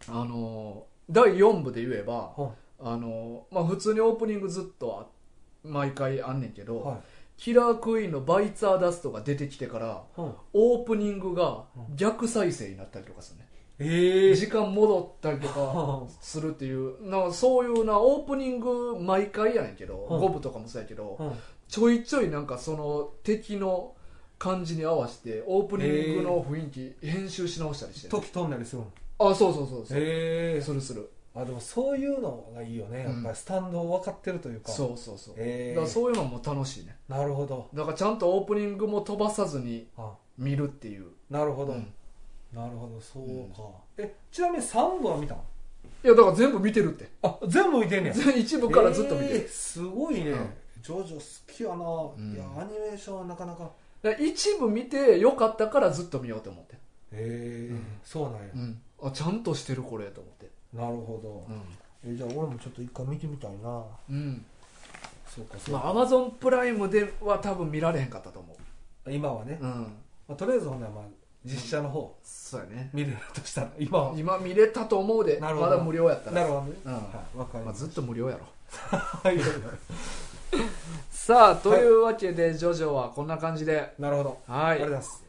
[SPEAKER 2] あの第4部で言えば
[SPEAKER 1] うん
[SPEAKER 2] あの、まあ、普通にオープニングずっとあ毎回あんねんけど、
[SPEAKER 1] はい
[SPEAKER 2] キラークイーンのバイツァーダストが出てきてから
[SPEAKER 1] うん
[SPEAKER 2] オープニングが
[SPEAKER 1] う
[SPEAKER 2] 逆再生になったりとかするね、
[SPEAKER 1] ええ
[SPEAKER 2] 時間戻ったりとかするっていうなんかそういうなオープニング毎回やねんけど、
[SPEAKER 1] うん
[SPEAKER 2] 5部とかもそうやけ ど、
[SPEAKER 1] うん
[SPEAKER 2] ちょいちょいなんかその敵の感じに合わせてオープニングの雰囲気編集し直したりしてる
[SPEAKER 1] 時飛んだりするん
[SPEAKER 2] あそうそうそうそう
[SPEAKER 1] ええ
[SPEAKER 2] するする
[SPEAKER 1] あでもそういうのがいいよねやっぱ
[SPEAKER 2] うん
[SPEAKER 1] りスタンドを分かってるというか、
[SPEAKER 2] そうそうそうだ
[SPEAKER 1] ええ
[SPEAKER 2] からそういうのも楽しいね
[SPEAKER 1] なるほど
[SPEAKER 2] だからちゃんとオープニングも飛ばさずに
[SPEAKER 1] あ
[SPEAKER 2] 見るっていう
[SPEAKER 1] なるほど、
[SPEAKER 2] うん
[SPEAKER 1] なるほどそうか、えちなみに3部は見たの
[SPEAKER 2] いやだから全部見てるって
[SPEAKER 1] あ全部見てんねや
[SPEAKER 2] 全一部からずっと見て
[SPEAKER 1] え
[SPEAKER 2] る
[SPEAKER 1] ーすごいね、
[SPEAKER 2] うん
[SPEAKER 1] ジョジョ好きやな、
[SPEAKER 2] ん
[SPEAKER 1] いやアニメーションはなかなか
[SPEAKER 2] だから一部見てよかったからずっと見ようと思って
[SPEAKER 1] ええそうなんや、
[SPEAKER 2] うんあちゃんとしてるこれと思って
[SPEAKER 1] なるほど、えじゃあ俺もちょっと一回見てみたいな
[SPEAKER 2] うん、うん、
[SPEAKER 1] そうかそう
[SPEAKER 2] ま
[SPEAKER 1] か、
[SPEAKER 2] あアマゾンプライムでは多分見られへんかったと思
[SPEAKER 1] 今はね、
[SPEAKER 2] ううん
[SPEAKER 1] まあ、とりあえずほんならまあ実写の方
[SPEAKER 2] そうやね
[SPEAKER 1] 見れるとしたら 今は
[SPEAKER 2] 今見れたと思うで
[SPEAKER 1] な
[SPEAKER 2] ま
[SPEAKER 1] るほど
[SPEAKER 2] だ無料やったら
[SPEAKER 1] なるほどね、
[SPEAKER 2] うん
[SPEAKER 1] はい、わかり
[SPEAKER 2] まあ、
[SPEAKER 1] ま
[SPEAKER 2] ず
[SPEAKER 1] す
[SPEAKER 2] っと無料やろ
[SPEAKER 1] はい
[SPEAKER 2] さあというわけで、ジョジョはこんな感じで
[SPEAKER 1] なるほど
[SPEAKER 2] は
[SPEAKER 1] あり
[SPEAKER 2] い
[SPEAKER 1] がとうございます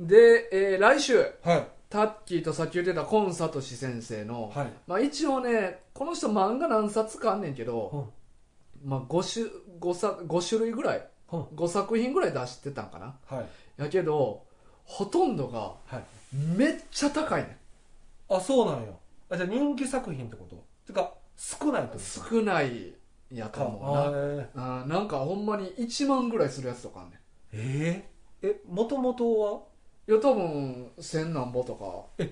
[SPEAKER 2] で、えー来週
[SPEAKER 1] はい
[SPEAKER 2] タッキーとさっき言ってたコンサトシ先生の、
[SPEAKER 1] はい
[SPEAKER 2] まあ、一応ねこの人漫画何冊かあんねんけ
[SPEAKER 1] う
[SPEAKER 2] ど、
[SPEAKER 1] ん
[SPEAKER 2] まあ、5, 種 5, 作5種類ぐらい
[SPEAKER 1] うん
[SPEAKER 2] 5作品ぐらい出してたんかな
[SPEAKER 1] はい
[SPEAKER 2] やけどほとんどが
[SPEAKER 1] はい
[SPEAKER 2] めっちゃ高いね
[SPEAKER 1] あそうなんよあじゃあ人気作品ってことてか少ないってこ
[SPEAKER 2] ん
[SPEAKER 1] と
[SPEAKER 2] 少ないやと思うな
[SPEAKER 1] あー
[SPEAKER 2] あーなんかほんまに1万ぐらいするやつとかあんね
[SPEAKER 1] えー、えもともとはい
[SPEAKER 2] や多分千何ぼとか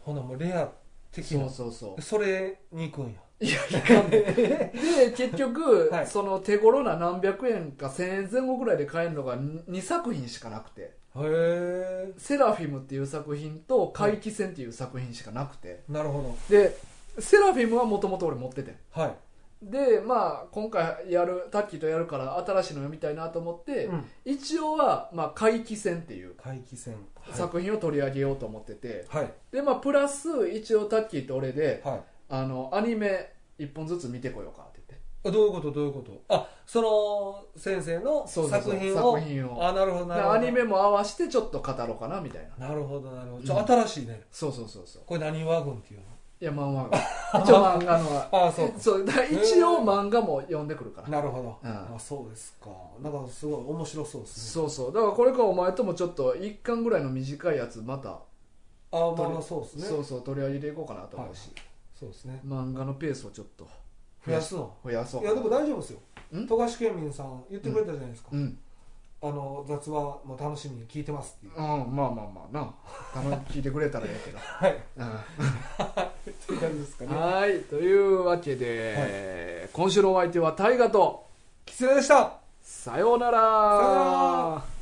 [SPEAKER 1] ほなもうレア的
[SPEAKER 2] そ
[SPEAKER 1] な
[SPEAKER 2] うそうそ
[SPEAKER 1] それに行くんや
[SPEAKER 2] ういやいかんねで結局、
[SPEAKER 1] はい
[SPEAKER 2] その手頃な何百円か千円前後ぐらいで買えるのが2作品しかなくて
[SPEAKER 1] へえ
[SPEAKER 2] 「セラフィム」っていう作品と「怪奇戦」っていう作品しかなくて、
[SPEAKER 1] なるほ
[SPEAKER 2] でセラフィムはもともと俺持ってて
[SPEAKER 1] どは
[SPEAKER 2] でまあ今回やるタッキーとやるから新しいの読みたいなと思っ
[SPEAKER 1] い、
[SPEAKER 2] て、一応は「まあ、怪奇戦」っていう
[SPEAKER 1] 回帰戦はい
[SPEAKER 2] 作品を取り上げようと思ってて、
[SPEAKER 1] はい
[SPEAKER 2] でまあプラス一応タッキーと俺で
[SPEAKER 1] はい
[SPEAKER 2] あのアニメ一本ずつ見てこようかって言って
[SPEAKER 1] あどういうことどういうことあその先生の
[SPEAKER 2] そうそうそう
[SPEAKER 1] 作品を
[SPEAKER 2] 作品を
[SPEAKER 1] あなるほどなる
[SPEAKER 2] で
[SPEAKER 1] ほど
[SPEAKER 2] アニメも合わせてちょっと語ろうかなみたいな
[SPEAKER 1] なるほどなるほどち
[SPEAKER 2] う
[SPEAKER 1] ょ
[SPEAKER 2] ん
[SPEAKER 1] 新しいね
[SPEAKER 2] そうそうそうそう
[SPEAKER 1] これ何ワゴンっていうの
[SPEAKER 2] いや漫画 が一応漫画のは
[SPEAKER 1] ああそう
[SPEAKER 2] そうだから一応漫画も読んでくるから、
[SPEAKER 1] なるほど、
[SPEAKER 2] うん
[SPEAKER 1] あそうですかなんかすごい面白そうですね
[SPEAKER 2] そうそうだからこれからお前ともちょっと一巻ぐらいの短いやつまた
[SPEAKER 1] あ
[SPEAKER 2] と
[SPEAKER 1] まあ
[SPEAKER 2] り
[SPEAKER 1] まあそうですね
[SPEAKER 2] そうそう取り上げていこうかなと思うし、
[SPEAKER 1] そうですね
[SPEAKER 2] 漫画のペースをちょっと
[SPEAKER 1] 増やすの
[SPEAKER 2] 増やそう
[SPEAKER 1] い
[SPEAKER 2] か
[SPEAKER 1] や
[SPEAKER 2] な
[SPEAKER 1] でも大丈夫ですよ
[SPEAKER 2] ん
[SPEAKER 1] 富樫県民さん言ってくれたじゃないですか、
[SPEAKER 2] うん
[SPEAKER 1] あの雑話も楽しみに聞いてますっていう
[SPEAKER 2] うんまあまあまあなた まに聞いてくれたらええけど
[SPEAKER 1] はい
[SPEAKER 2] うん
[SPEAKER 1] っていう感じですかね
[SPEAKER 2] はい、というわけで、今週のお相手は大河と、
[SPEAKER 1] 失礼でした
[SPEAKER 2] さようなら。
[SPEAKER 1] さようなら